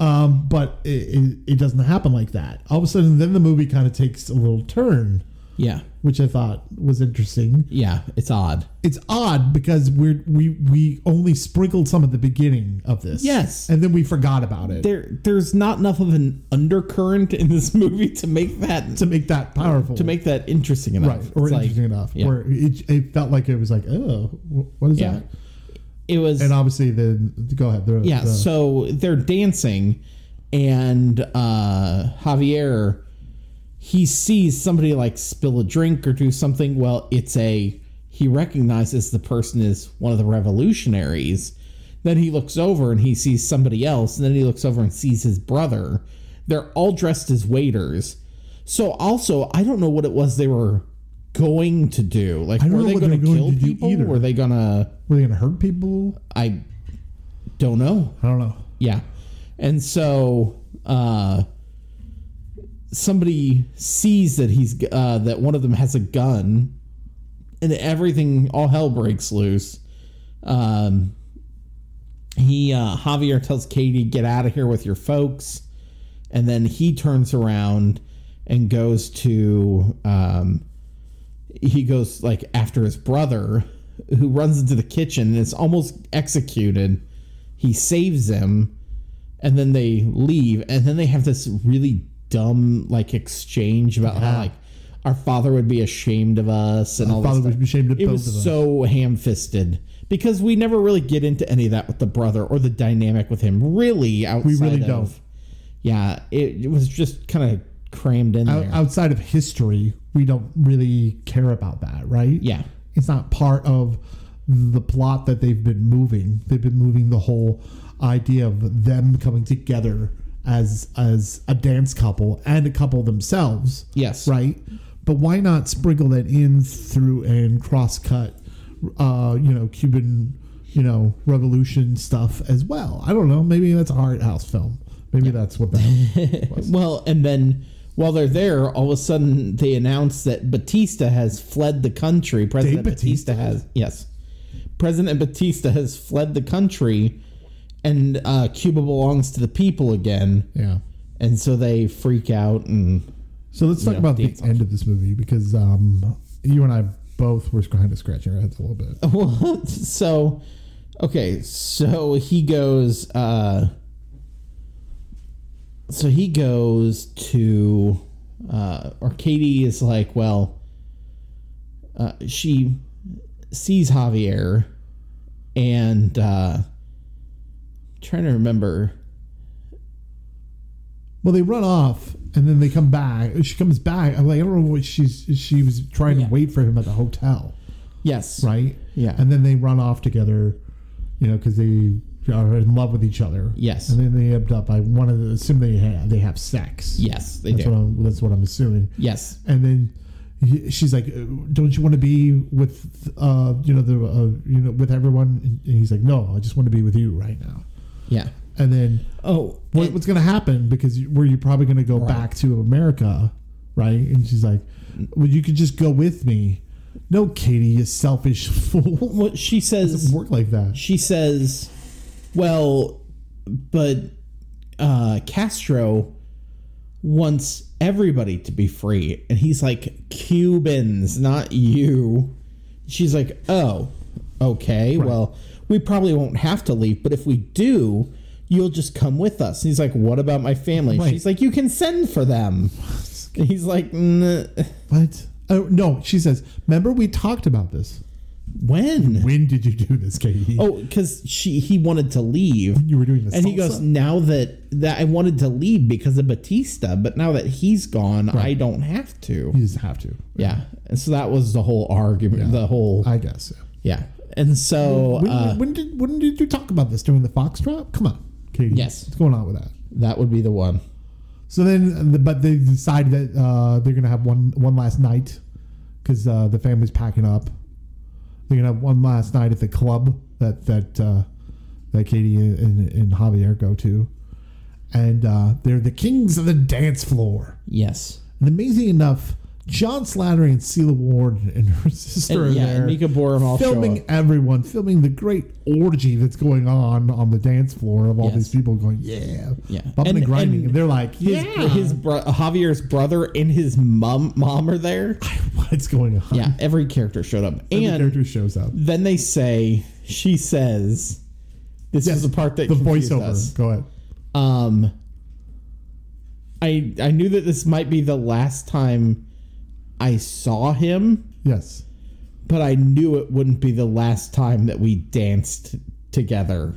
A: um, but it, it, it doesn't happen like that. All of a sudden, then the movie kind of takes a little turn,
B: Yeah.
A: which I thought was interesting.
B: Yeah. It's odd.
A: It's odd because we're we we only sprinkled some at the beginning of this,
B: Yes.
A: and then we forgot about it
B: There, there's not enough of an undercurrent in this movie to make that
A: to make that powerful,
B: to make that interesting enough.
A: right or
B: It's like-
A: interesting enough.
B: yeah.
A: Where it, it felt like it was like, oh, wh- what is
B: Yeah.
A: that?
B: It was.
A: And obviously, then go ahead. The,
B: Yeah,
A: the-
B: so they're dancing, and uh, Javier he sees somebody like spill a drink or do something. Well, it's a he recognizes the person is one of the revolutionaries. Then he looks over and he sees somebody else, and then he looks over and sees his brother. They're all dressed as waiters. So also, I don't know what it was they were going to do. Like,
A: I don't
B: were
A: know
B: they
A: what
B: going
A: they
B: to
A: were going
B: kill
A: to do
B: people?
A: either.
B: Were they going to?
A: were they going to hurt people?
B: I don't know.
A: I don't know.
B: Yeah. And so uh somebody sees that he's uh that one of them has a gun and everything all hell breaks loose. Um he uh Javier tells Katie get out of here with your folks and then he turns around and goes to um he goes like after his brother who runs into the kitchen and is almost executed he saves him and then they leave and then they have this really dumb like exchange about how
A: Yeah.
B: like our father would be ashamed of us and all
A: Father
B: this
A: would be ashamed of
B: it
A: both of
B: was
A: us.
B: so ham-fisted because we never really get into any of that with the brother or the dynamic with him really outside
A: really
B: of,
A: don't.
B: yeah it, it was just kind of crammed in
A: O-
B: there
A: outside of history, we don't really care about that, right?
B: yeah
A: It's not part of the plot that they've been moving. They've been moving the whole idea of them coming together as as a dance couple and a couple themselves.
B: yes
A: Right? But why not sprinkle that in through and cross cut uh, you know, Cuban, you know, revolution stuff as well. I don't know. Maybe that's a art house film. Maybe that's what that
B: Well, and then while they're there, all of a sudden they announce that Batista has fled the country. President
A: Dave
B: Batista,
A: Bautista?
B: has yes, President Batista has fled the country, and uh, Cuba belongs to the people again.
A: Yeah.
B: And so they freak out, and
A: So let's talk
B: know,
A: about the
B: dance
A: end of this movie because um, you and I both were kind of scratching our heads a little bit.
B: Oh. What? So, okay. So he goes. uh So he goes to. uh Or Katie is like, well. Uh, she sees Javier, and uh, trying to remember.
A: Well, they run off and then they come back. She comes back. I'm like, I don't know what she's. She was trying
B: Yeah.
A: to wait for him at the hotel,
B: Yes.
A: right?
B: Yeah.
A: And then they run off together, you know, because they are in love with each other.
B: Yes.
A: And then they end up. I want to assume they have they have sex.
B: Yes, they
A: That's
B: do.
A: what I'm, that's what I'm assuming.
B: Yes.
A: And then he- she's like, "Uh, "Don't you want to be with, uh, you know, the, uh, you know, with everyone?" And he's like, "No, I just want to be with you right now."
B: Yeah.
A: And then
B: Oh.
A: what, what's going to happen because you- where you're probably going to go back to America, right? And she's like,
B: Mm.
A: "Well, you could just go with me." No, Katie, you selfish fool.
B: what she
A: It
B: says
A: doesn't work like that.
B: she says, "Well, but uh, Castro wants everybody to be free," and he's like, "Cubans, not you." She's like, "Oh, okay. Well, we probably won't have to leave, but if we do." You'll just come with us. And he's like, "What about my family?"
A: Right.
B: She's like, "You can send for them." And he's like, "N-
A: What? Oh no, she says. Remember we talked about this.
B: "When?"
A: When did you do this, Katie?
B: Oh, because she he wanted to leave.
A: you were doing this.
B: And he goes, now that that I wanted to leave because of Batista, but now that he's gone, I don't have to.
A: "You just have to."
B: Yeah, and so that was the whole argument. The whole
A: I guess. Yeah.
B: yeah, and so
A: When,
B: uh,
A: when did when did you talk about this during the foxtrot? Come on, Katie.
B: Yes.
A: what's going on with that?
B: that would be the one.
A: So then, the, but they decide that uh, they're gonna have one one last night because uh, the family's packing up. They're gonna have one last night at the club that that uh, that Katie and, and Javier go to, and uh, they're the kings of the dance floor.
B: Yes,
A: And amazing enough, John Slattery and Celia Ward and her sister
B: and,
A: are
B: yeah,
A: there
B: and Mika Borum all show
A: filming
B: up.
A: everyone, filming the great orgy that's going on on the dance floor of all
B: Yes.
A: these people going, yeah,
B: Yeah.
A: bumping and,
B: And-
A: grinding. And,
B: and
A: they're like,
B: His,
A: yeah,
B: his bro- Javier's brother and his mom mom are there.
A: what's going on?
B: Yeah, every character showed up,
A: And the
B: and
A: character shows up.
B: then they say she says, "This is the part that
A: the
B: confused
A: voiceover.
B: us.
A: Go ahead.
B: Um, I I knew that this might be the last time I saw him,
A: Yes.
B: but I knew it wouldn't be the last time that we danced together.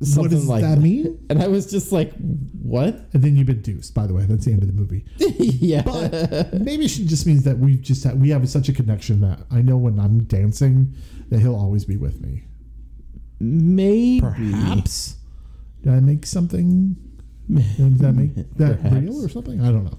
B: Something
A: what does
B: like
A: that mean?
B: And I was just like, "What?"
A: And then you've been deuced. By the way, that's the end of the movie.
B: yeah,
A: But maybe she just means that we've just had, we have such a connection that I know when I'm dancing that he'll always be with me.
B: maybe.
A: Perhaps. Mm-hmm. Did I make something? Does that make that real or something? I don't know.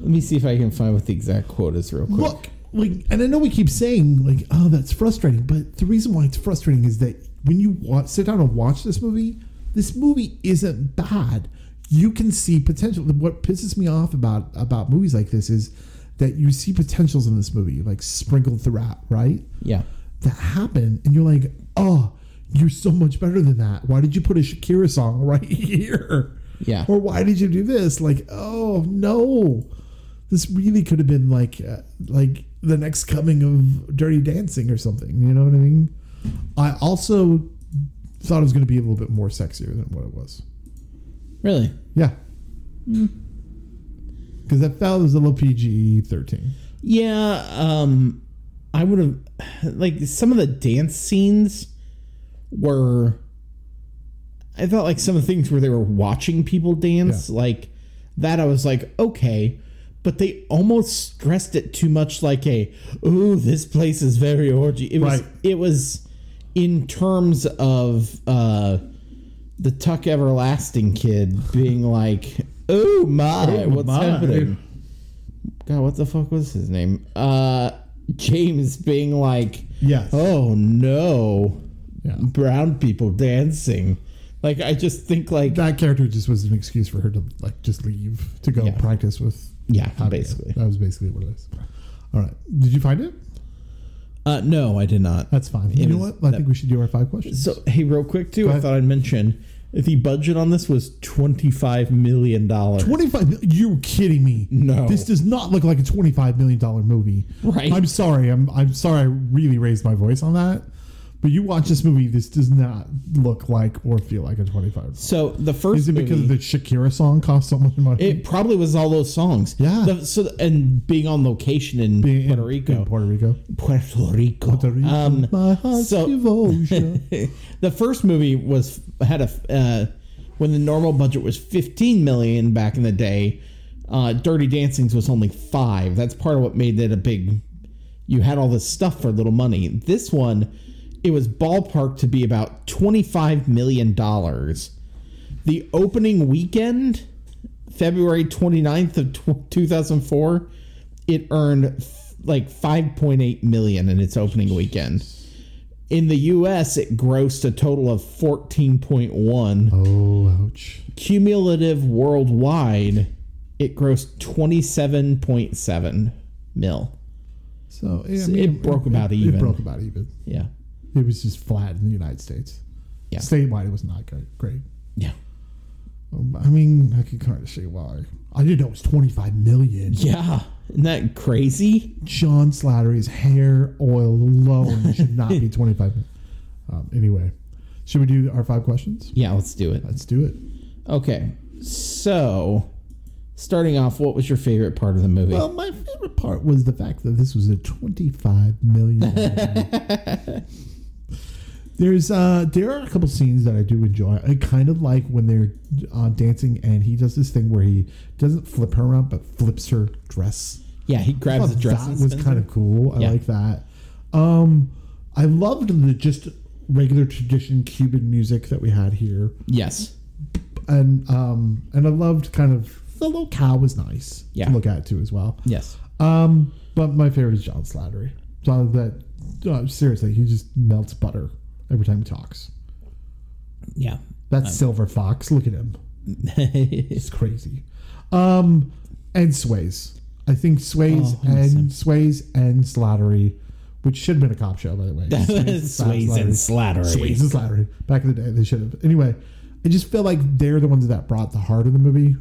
B: Let me see if I can find what the exact quote is real quick.
A: Look, like, and I know we keep saying like, oh, that's frustrating, but the reason why it's frustrating is that when you wa sit down and watch this movie, this movie isn't bad. You can see potential. What pisses me off about about movies like this is that you see potentials in this movie, like sprinkled throughout, right?
B: Yeah,
A: That happen, and you're like, oh, you're so much better than that. Why did you put a Shakira song right here?
B: yeah.
A: or why did you do this like oh no this really could have been like uh, like the next coming of dirty dancing or something you know what i mean i also thought it was going to be a little bit more sexier than what it was
B: Really?
A: yeah because that felt it was a little pg-13
B: Yeah, um I would have like some of the dance scenes were I felt like some of the things where they were watching people dance, like that I was like, okay, but they almost stressed it too much like a ooh, this place is very orgy. It was
A: Right.
B: it was in terms of uh the Tuck Everlasting kid being like, "Oh my, what's
A: my."
B: happening?" God, what the fuck was his name? Uh, James being like,
A: yes
B: "Oh no,
A: yeah
B: brown people dancing. Like I just think like
A: That character just was an excuse for her to like just leave to go
B: Yeah.
A: practice with.
B: yeah,
A: Javier.
B: basically.
A: that was basically what it is. All right, did you find it?
B: Uh, no, I did not.
A: That's fine.
B: It
A: you know
B: was-
A: what? I
B: that-
A: think we should do our five questions.
B: So hey, real quick too,
A: Go
B: I
A: ahead.
B: thought I'd mention the budget on this was twenty five million dollars.
A: Twenty-five. mil- You kidding me?
B: No.
A: This does not look like a twenty-five million dollar movie.
B: Right.
A: I'm sorry. I'm I'm sorry. I really raised my voice on that. But you watch this movie. This does not look like or feel like a twenty-five.
B: So the first
A: Is it
B: movie,
A: because the Shakira song cost so much money?
B: It probably was all those songs.
A: Yeah.
B: The- so and being on location in
A: Being in-
B: Puerto
A: in
B: Rico.
A: Puerto Rico.
B: Puerto Rico.
A: Puerto Rico.
B: Um,
A: my heart's
B: so-
A: devotion.
B: the first movie was had a uh, when the normal budget was 15 million back in the day uh, dirty dancings was only five that's part of what made it a big you had all this stuff for little money this one it was ballpark to be about 25 million dollars the opening weekend february 29th of tw 2004 it earned f- like 5.8 million in its opening weekend in the US, it grossed a total of 14.1.
A: oh, ouch.
B: Cumulative worldwide, it grossed 27.7 mil.
A: So yeah, I
B: it broke about
A: it,
B: even.
A: It broke about even.
B: Yeah.
A: It was just flat in the United States.
B: Yeah.
A: Statewide, it was not great. great.
B: Yeah.
A: Um, I mean, I can kind of see why. I didn't know it was 25 million.
B: Yeah. Isn't that crazy?
A: John Slattery's hair oil alone should not be 25 million. Um, anyway, should we do our five questions?
B: Yeah, let's do it.
A: Let's do it.
B: Okay. So, starting off, what was your favorite part of the movie?
A: Well, my favorite part was the fact that this was a twenty-five million. dollar movie. There's uh, there are a couple scenes that I do enjoy. I kind of like when they're uh, dancing and he does this thing where he doesn't flip her around but flips her dress.
B: yeah, he grabs
A: Thought
B: the dress.
A: that
B: and
A: was
B: spins
A: kind
B: it.
A: of cool. I
B: Yeah.
A: like that. Um, I loved the just regular tradition Cuban music that we had here,
B: Yes.
A: and um, and I loved kind of the locale was nice
B: Yeah.
A: to look at too as well.
B: Yes.
A: Um, but my favorite is John Slattery. John, that uh, seriously, he just melts butter every time he talks.
B: Yeah.
A: That silver fox, look at him, it's crazy. Um, and Sways, I think Sways
B: Oh, I miss him.
A: and Sways and Slattery, which should have been a cop show by the way.
B: Sways and Slattery.
A: Sways and Slattery. Back in the day, they should have. Anyway, I just feel like they're the ones that brought the heart of the movie.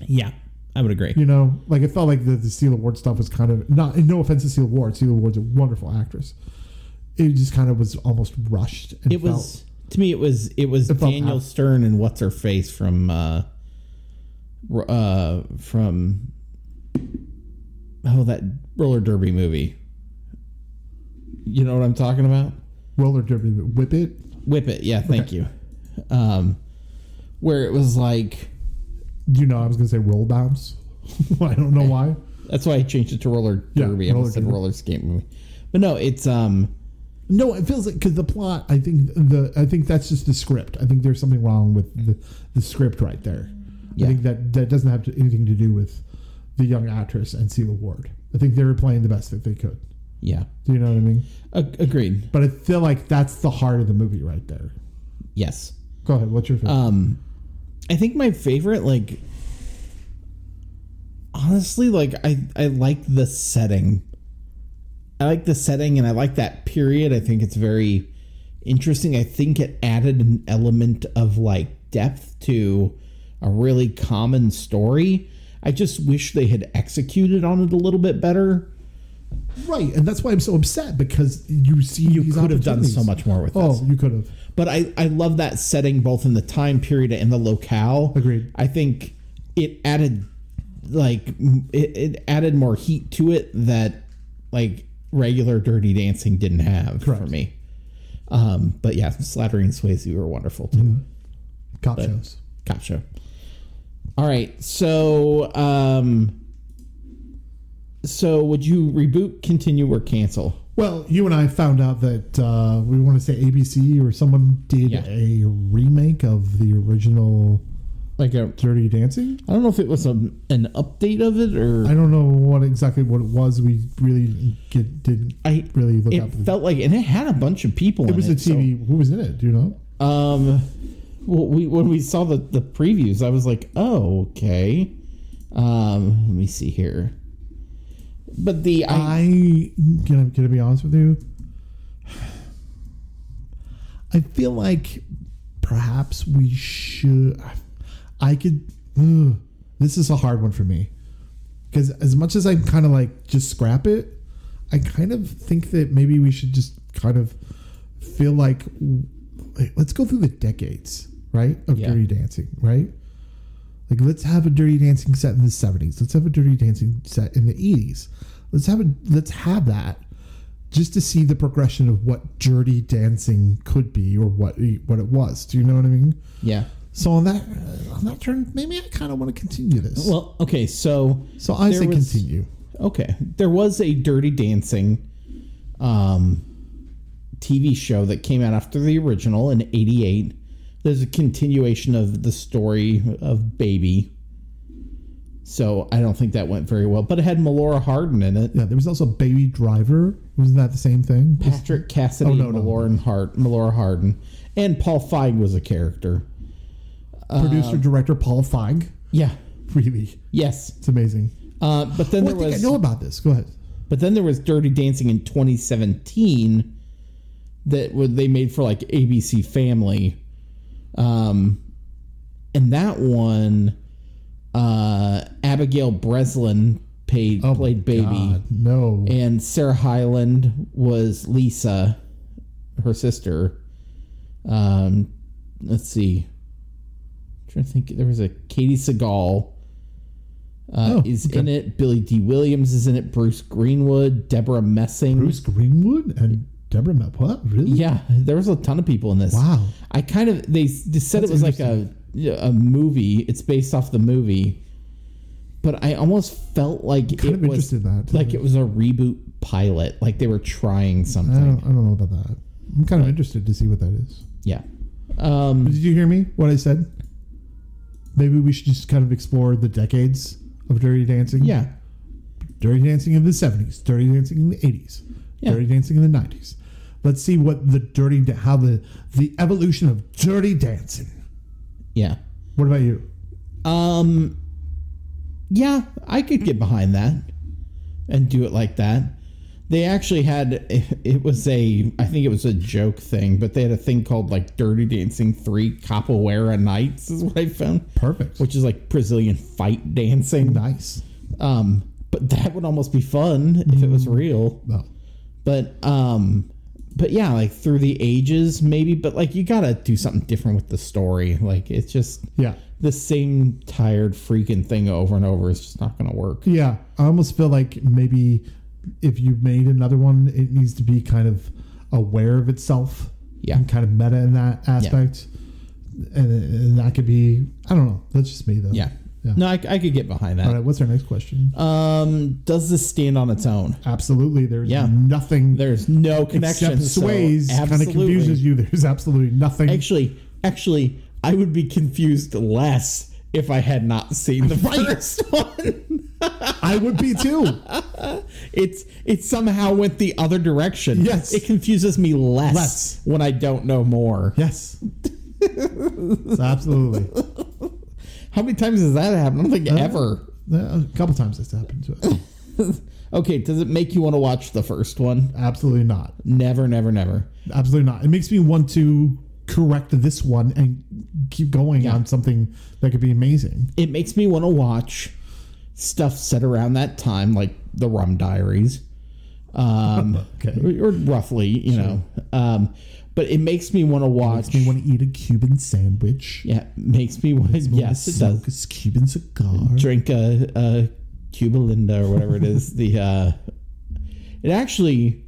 B: Yeah, I would agree.
A: You know, like it felt like the, the Steel Award stuff was kind of not. and No offense to Steel Award, Steel Award's a wonderful actress. It just kind of was almost rushed. And
B: It was to me. It was it was
A: felt
B: Daniel
A: ab-
B: Stern and what's her face from uh, r- uh from oh that roller derby movie. You know what I'm talking about?
A: felt roller derby whip it.
B: Whip it, yeah. Thank you. Um, where it was like
A: You know, I was gonna say roll bounce. I don't know why.
B: that's why I changed it to roller
A: Yeah,
B: derby. I
A: roller
B: almost said
A: derby.
B: roller skate movie, but no, it's um
A: No, it feels like because the plot. I think the I think that's just the script. I think there's something wrong with the, the script right there.
B: Yeah.
A: I think that that doesn't have to, anything to do with the young actress and Steel Award. I think they were playing the best that they could.
B: yeah.
A: Do you know what I mean?
B: Ag- agreed.
A: But I feel like that's the heart of the movie right there.
B: Yes.
A: Go ahead. What's your favorite?
B: um i think my favorite like honestly like i i like the setting i like the setting and i like that period i think it's very interesting i think it added an element of like depth to a really common story i just wish they had executed on it a little bit better
A: Uh, right, and that's why I'm so upset because you see you
B: could have done so much more with this
A: Oh, you could have.
B: But I, I love that setting both in the time period and the locale.
A: Agreed.
B: I think it added like m- it, it added more heat to it that like regular Dirty Dancing didn't have for
A: Correct.
B: me. Um, but yeah, Slattery and Swayze were wonderful too.
A: Mm-hmm. Cop shows.
B: Gotcha. All right, so um, so would you reboot, continue, or cancel?
A: Well, you and I found out that uh, we want to say ABC or someone did
B: Yeah.
A: a remake of the original
B: Like a,
A: Dirty Dancing.
B: I don't know if it was a, an update of it or
A: I don't know what exactly what it was. We really get, didn't
B: I
A: really look
B: it
A: up.
B: felt like, and it had a bunch of people.
A: it was
B: in
A: a TV. Who was in it? Do you know?
B: Um, well, we when we saw the the previews, I was like, oh, okay. Um, let me see here. But the I,
A: I can I, can I be honest with you? I feel like perhaps we should. I could. Ugh, this is a hard one for me because as much as I'm kind of like just scrap it, I kind of think that maybe we should just kind of feel like like, let's go through the decades, right? Of
B: Yeah.
A: Dirty Dancing, right? Like let's have a Dirty Dancing set in the '70s. Let's have a Dirty Dancing set in the '80s. Let's have a let's have that just to see the progression of what Dirty Dancing could be or what what it was. Do you know what I mean?
B: yeah.
A: So on that on that turn, maybe I kind of want to continue this.
B: Well, okay, so
A: so I
B: there
A: say
B: was-
A: continue.
B: Okay. There was a Dirty Dancing um, TV show that came out after the original in 88. There's a continuation of the story of Baby. So I don't think that went very well, but it had Melora Hardin in it.
A: Yeah, there was also Baby Driver. Wasn't that the same thing?
B: Patrick Cassidy,
A: Oh, no, no.
B: Melora, and Hart, Melora Hardin. And Paul Feig was a character. Uh,
A: Producer director Paul Feig.
B: Yeah.
A: Really,
B: Yes.
A: it's amazing.
B: Uh, but then
A: Oh, I
B: there
A: think I
B: was.
A: know about this. Go ahead.
B: But then there was Dirty Dancing in 2017 that wa- they made for like ABC Family. Um, and that one, uh, Abigail Breslin paid, played Baby.
A: Oh God, no.
B: And Sarah Hyland was Lisa, her sister. Um, let's see. I'm trying to think. There was a Katie Seagal uh,
A: Oh,
B: is in it. Billy D. Williams is in it. Bruce Greenwood, Deborah Messing.
A: Bruce Greenwood and Deborah Map. What? Really?
B: Yeah, there was a ton of people in this.
A: Wow.
B: I kind of they s- just said it was like a a movie. It's based off the movie, but I almost felt like
A: Kind
B: it
A: of
B: was
A: interested in that.
B: like it was a reboot pilot. Like they were trying
A: I
B: something.
A: don't, I don't know about that. I'm kind of interested to see what that is.
B: Yeah. Um,
A: Did you hear me? What I said? Maybe we should just kind of explore the decades of Dirty Dancing.
B: yeah.
A: Dirty Dancing in the 70s, Dirty Dancing in the 80s,
B: Yeah.
A: Dirty Dancing in the 90s. Let's see what the dirty da- how the the evolution of Dirty Dancing.
B: Yeah.
A: What about you?
B: Um, yeah, I could get behind that and do it like that. They actually had it was a I think it was a joke thing, but they had a thing called like Dirty Dancing Three Capoeira Nights is what I found,
A: Perfect.
B: which is like Brazilian fight dancing.
A: nice.
B: Um, but that would almost be fun if it was
A: Mm.
B: real.
A: Well,
B: But um, but yeah, like through the ages maybe, but like you gotta do something different with the story. Like it's just
A: yeah.
B: the same tired freaking thing over and over is just not going to work.
A: Yeah, I almost feel like maybe if you made another one, it needs to be kind of aware of itself.
B: Yeah.
A: And kind of meta in that aspect. And, and that could be, I don't know. That's just me, though.
B: Yeah.
A: Yeah.
B: No, I, I could get behind
A: All
B: that.
A: right, what's our next question?
B: Um, does this stand on its own?
A: Absolutely. There's
B: yeah.
A: nothing
B: There's no connection.
A: except sways
B: so
A: kind of
B: absolutely.
A: confuses you. There's absolutely nothing.
B: Actually, actually, I would be confused less if I had not seen the first one.
A: I would be too.
B: It's it somehow went the other direction.
A: Yes.
B: it confuses me less,
A: Less.
B: when I don't know more.
A: yes. absolutely.
B: How many times has that happened? I don't think ever.
A: Uh, A couple times that's happened to us.
B: Okay, does it make you want to watch the first one?
A: Absolutely not.
B: Never, never, never.
A: Absolutely not. It makes me want to correct this one and keep going on something that could be amazing.
B: it makes me want to watch stuff set around that time, like the Rum Diaries, um,
A: Okay.
B: or, or roughly, you know. Um, but it makes me want to watch.
A: You want to eat a Cuban sandwich?
B: yeah, makes me want. yes, it does.
A: smoke a Cuban cigar.
B: Drink a, a Cuba Linda or whatever it is. the uh, it actually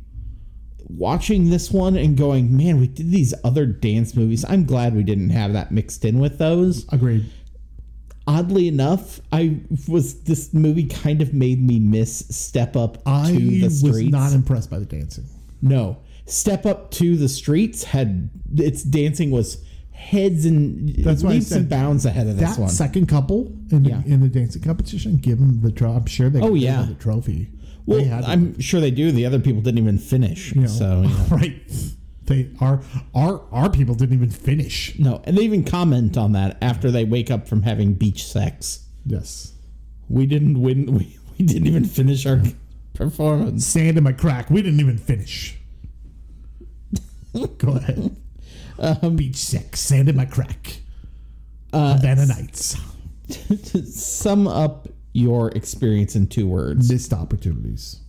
B: watching this one and going, man, we did these other dance movies. I'm glad we didn't have that mixed in with those.
A: Agreed.
B: oddly enough, I was this movie kind of made me miss Step Up
A: I
B: to the
A: was
B: Streets.
A: not impressed by the dancing.
B: no, Step Up to the Streets had its dancing was heads and
A: That's why I
B: leaps and
A: said
B: bounds ahead of this
A: That
B: one.
A: second couple in the,
B: Yeah. Oh,
A: in the dancing competition, give them the trophy. I'm sure they gave
B: yeah.
A: them the trophy.
B: well,
A: they had
B: I'm sure they do. The other people didn't even finish.
A: you know,
B: So you know.
A: right. They our our our people didn't even finish.
B: No, and they even comment on that after they wake up from having beach sex.
A: Yes.
B: We didn't win. We, we didn't even finish our performance.
A: Sand in my crack. We didn't even finish. Go ahead.
B: Um,
A: Beach sex. Sand in my crack.
B: uh,
A: Havana Nights.
B: Sum up your experience in two words.
A: missed opportunities.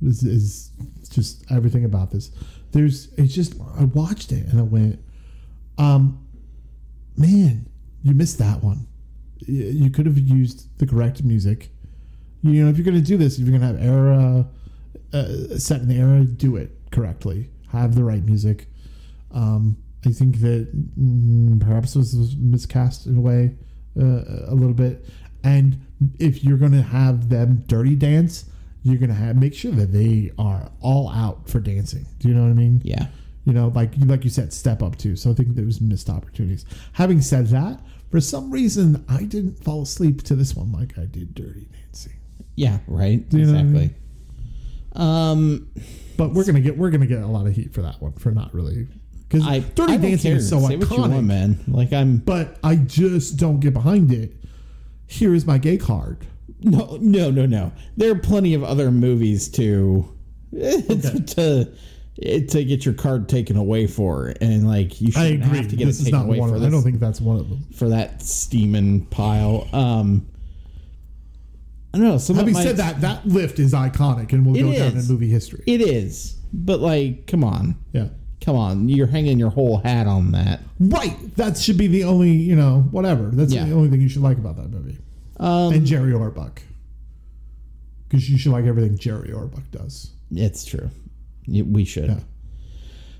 A: This is just everything about this. There's it's just I watched it and I went, um, man, you missed that one. Y- You could have used the correct music. You know, if you're gonna do this, if you're gonna have era uh, set in the era, do it correctly. Have the right music. Um, I think that mm, perhaps this was miscast in a way uh, a little bit. And if you're going to have them dirty dance, you're going to have make sure that they are all out for dancing. Do you know what I mean?
B: Yeah.
A: You know, like like you said, step up too. So I think there was missed opportunities. Having said that, for some reason, I didn't fall asleep to this one like I did Dirty Nancy.
B: Yeah. Right.
A: you know what I
B: exactly. Um.
A: But we're gonna get we're gonna get a lot of heat for that one for not really because
B: I
A: Dirty
B: I don't
A: Dancing
B: care.
A: is so
B: Say
A: iconic.
B: what you want, man. Like I'm.
A: but I just don't get behind it. Here is my gay card.
B: No. No. No. No. There are plenty of other movies to to to get your card taken away for, and like you
A: I
B: shouldn't
A: agree.
B: have to get
A: this
B: it
A: is
B: taken
A: not
B: away
A: one
B: for
A: of them.
B: this.
A: I don't think that's one of them.
B: for that steaming pile. Um, I don't know. Some
A: Having
B: of my,
A: said that, that lift is iconic and will
B: It
A: go down in
B: is.
A: movie history.
B: it is, but like, come on,
A: yeah.
B: come on, you're hanging your whole hat on that.
A: Right. That should be the only, you know, whatever. That's
B: Yeah.
A: the only thing you should like about that movie.
B: Um,
A: and Jerry Orbuck. Because you should like everything Jerry Orbuck does.
B: It's true. Y- We should.
A: Yeah.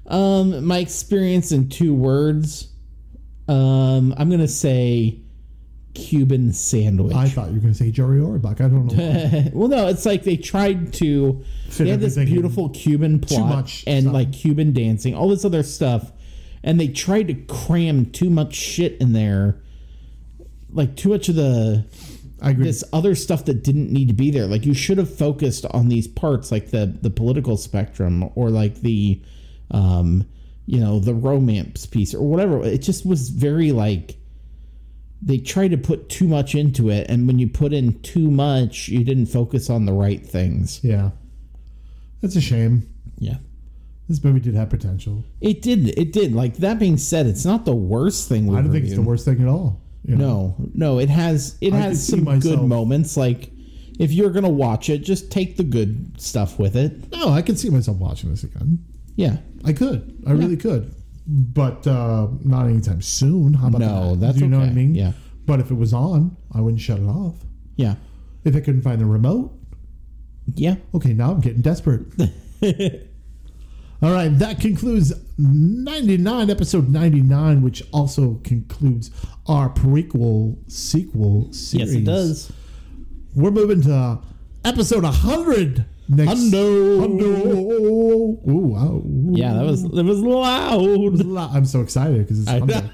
B: Um, my experience in two words. Um, I'm gonna say Cuban sandwich.
A: I thought you were going to say Jerry Orbuck. I don't know.
B: well, no, it's like they tried to.
A: Fit
B: they had this
A: everything in
B: beautiful Cuban plot
A: much
B: and
A: stuff.
B: like Cuban dancing, all this other stuff, and they tried to cram too much shit in there, like too much of the
A: I agree.
B: this other stuff that didn't need to be there. Like you should have focused on these parts, like the the political spectrum or like the, um, you know, the romance piece or whatever. It just was very like they tried to put too much into it, and when you put in too much, you didn't focus on the right things.
A: yeah. That's a shame.
B: Yeah.
A: This movie did have potential.
B: It did. It did. Like that being said, it's not the worst thing we've
A: I don't think it's the
B: reviewed.
A: worst thing at all. You know?
B: No, no, it has it
A: I could
B: has
A: see
B: some good
A: myself-
B: moments. Like if you're gonna watch it, just take the good stuff with it.
A: No, I could see myself watching this again.
B: Yeah.
A: I could. I really could. But uh, not anytime soon. How about
B: No,
A: that?
B: that's
A: Do you know what I
B: okay.
A: mean?
B: Yeah.
A: But if it was on, I wouldn't shut it off.
B: Yeah.
A: If I couldn't find the remote,
B: Yeah.
A: okay, now I'm getting desperate. All right, that concludes 99, episode 99, which also concludes our prequel sequel
B: Yes,
A: series.
B: it does.
A: We're moving to episode 100 next.
B: Hundo.
A: Hundo. Ooh, wow.
B: Yeah, that was that was loud.
A: There's a lot- I'm so excited because it's Sunday.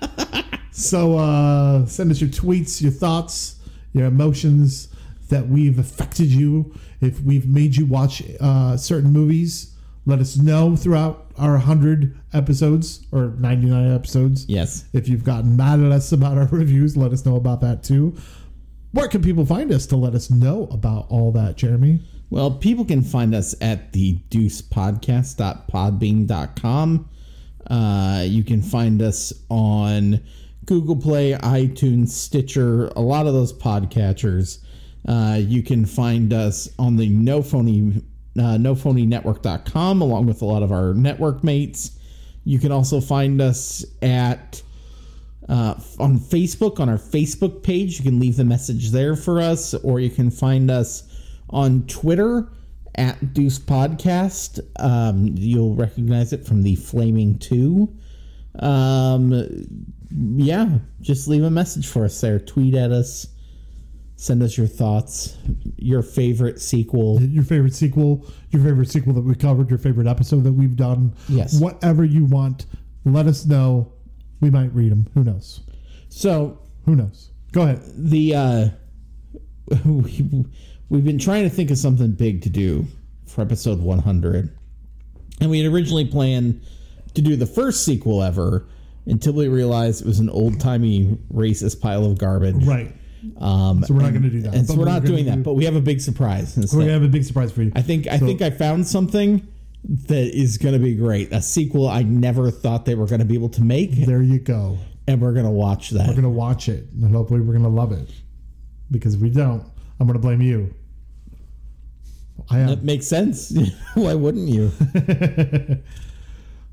A: so uh, send us your tweets, your thoughts, your emotions that we've affected you. If we've made you watch uh, certain movies, let us know throughout our 100 episodes or 99 episodes.
B: Yes.
A: If you've gotten mad at us about our reviews, let us know about that too. Where can people find us to let us know about all that, Jeremy?
B: Well, people can find us at the deucepodcast.podbean.com. Uh, you can find us on Google Play, iTunes, Stitcher, a lot of those podcatchers. Uh, you can find us on the no phony uh, nophonynetwork.com along with a lot of our network mates. You can also find us at uh, on Facebook, on our Facebook page. You can leave the message there for us, or you can find us on Twitter at Deuce Podcast. Um, you'll recognize it from the Flaming Two. Um, yeah, just leave a message for us there. Tweet at us. Send us your thoughts, your favorite sequel.
A: your favorite sequel, your favorite sequel that we covered, your favorite episode that we've done.
B: Yes.
A: Whatever you want, let us know. We might read them. Who knows?
B: So
A: Who knows? Go ahead.
B: the uh, we, we've been trying to think of something big to do for episode 100 and we had originally planned to do the first sequel ever until they realized it was an old timey racist pile of garbage.
A: Right.
B: Um,
A: So we're not going to do that.
B: and so
A: But
B: we're not
A: gonna
B: doing that,
A: do-
B: but we have a big surprise. instead.
A: we're going to have a big surprise for you.
B: I think I
A: So-
B: think I found something that is going to be great. A sequel I never thought they were going to be able to make,
A: there you go.
B: and we're going to watch that.
A: We're going to watch it, and hopefully we're going to love it. Because if we don't, I'm going to blame you. I am.
B: that makes sense. Why wouldn't you?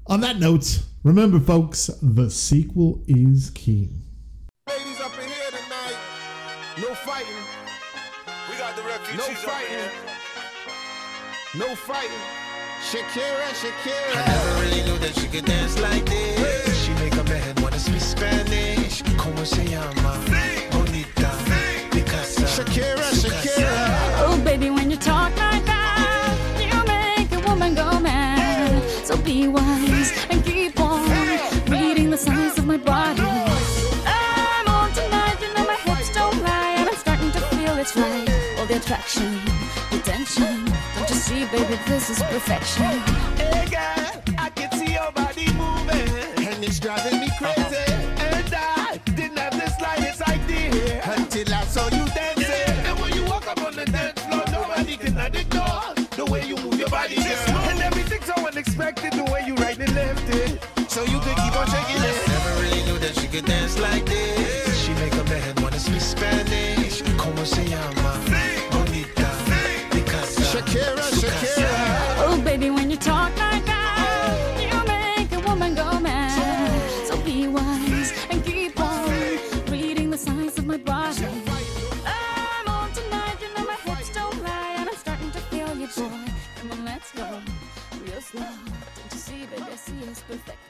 A: On that note, remember, folks, the sequel is king.
C: Ladies up in here tonight. No fighting.
D: We got the refugees.
C: No
D: over
C: fighting.
D: here.
C: No fighting. Shakira,
D: I
C: Shakira.
D: never really knew that she could dance like this. She make a man wanna speak Spanish. Como se llama? Bonita. Mi casa.
C: Shakira,
D: Su casa.
C: Shakira.
E: Oh, baby, when you talk like that, you make a woman go mad. So be wise and keep on reading the signs of my body. I'm on tonight, you know my hips don't lie, and I'm starting to feel it's right. All the attraction, the tension. Don't you see, baby, this is perfection.
D: Hey girl, I can see your body moving. Uh-huh.
C: And it's driving me crazy
D: And I didn't have the slightest idea.
C: until I saw you dancing.
D: And when you walk up on the dance floor, nobody can ignore the way you move your body, girl. And everything's so unexpected, the way you right and left it.
C: So you could keep on shaking it.
D: Never really knew that she could dance like this. She make a man wanna speak Spanish. Como se llama? Bonita. Mi casa.
C: Shakira,
D: Su casa.
C: Shakira.
E: Oh, baby, when you talk like that, you make a woman go mad. So be wise and keep on reading the signs of my body. I'm on tonight, you know my hips don't lie, and I'm starting to feel you, boy. Come on, let's go, real slow. Don't you see, baby, I see it's perfect.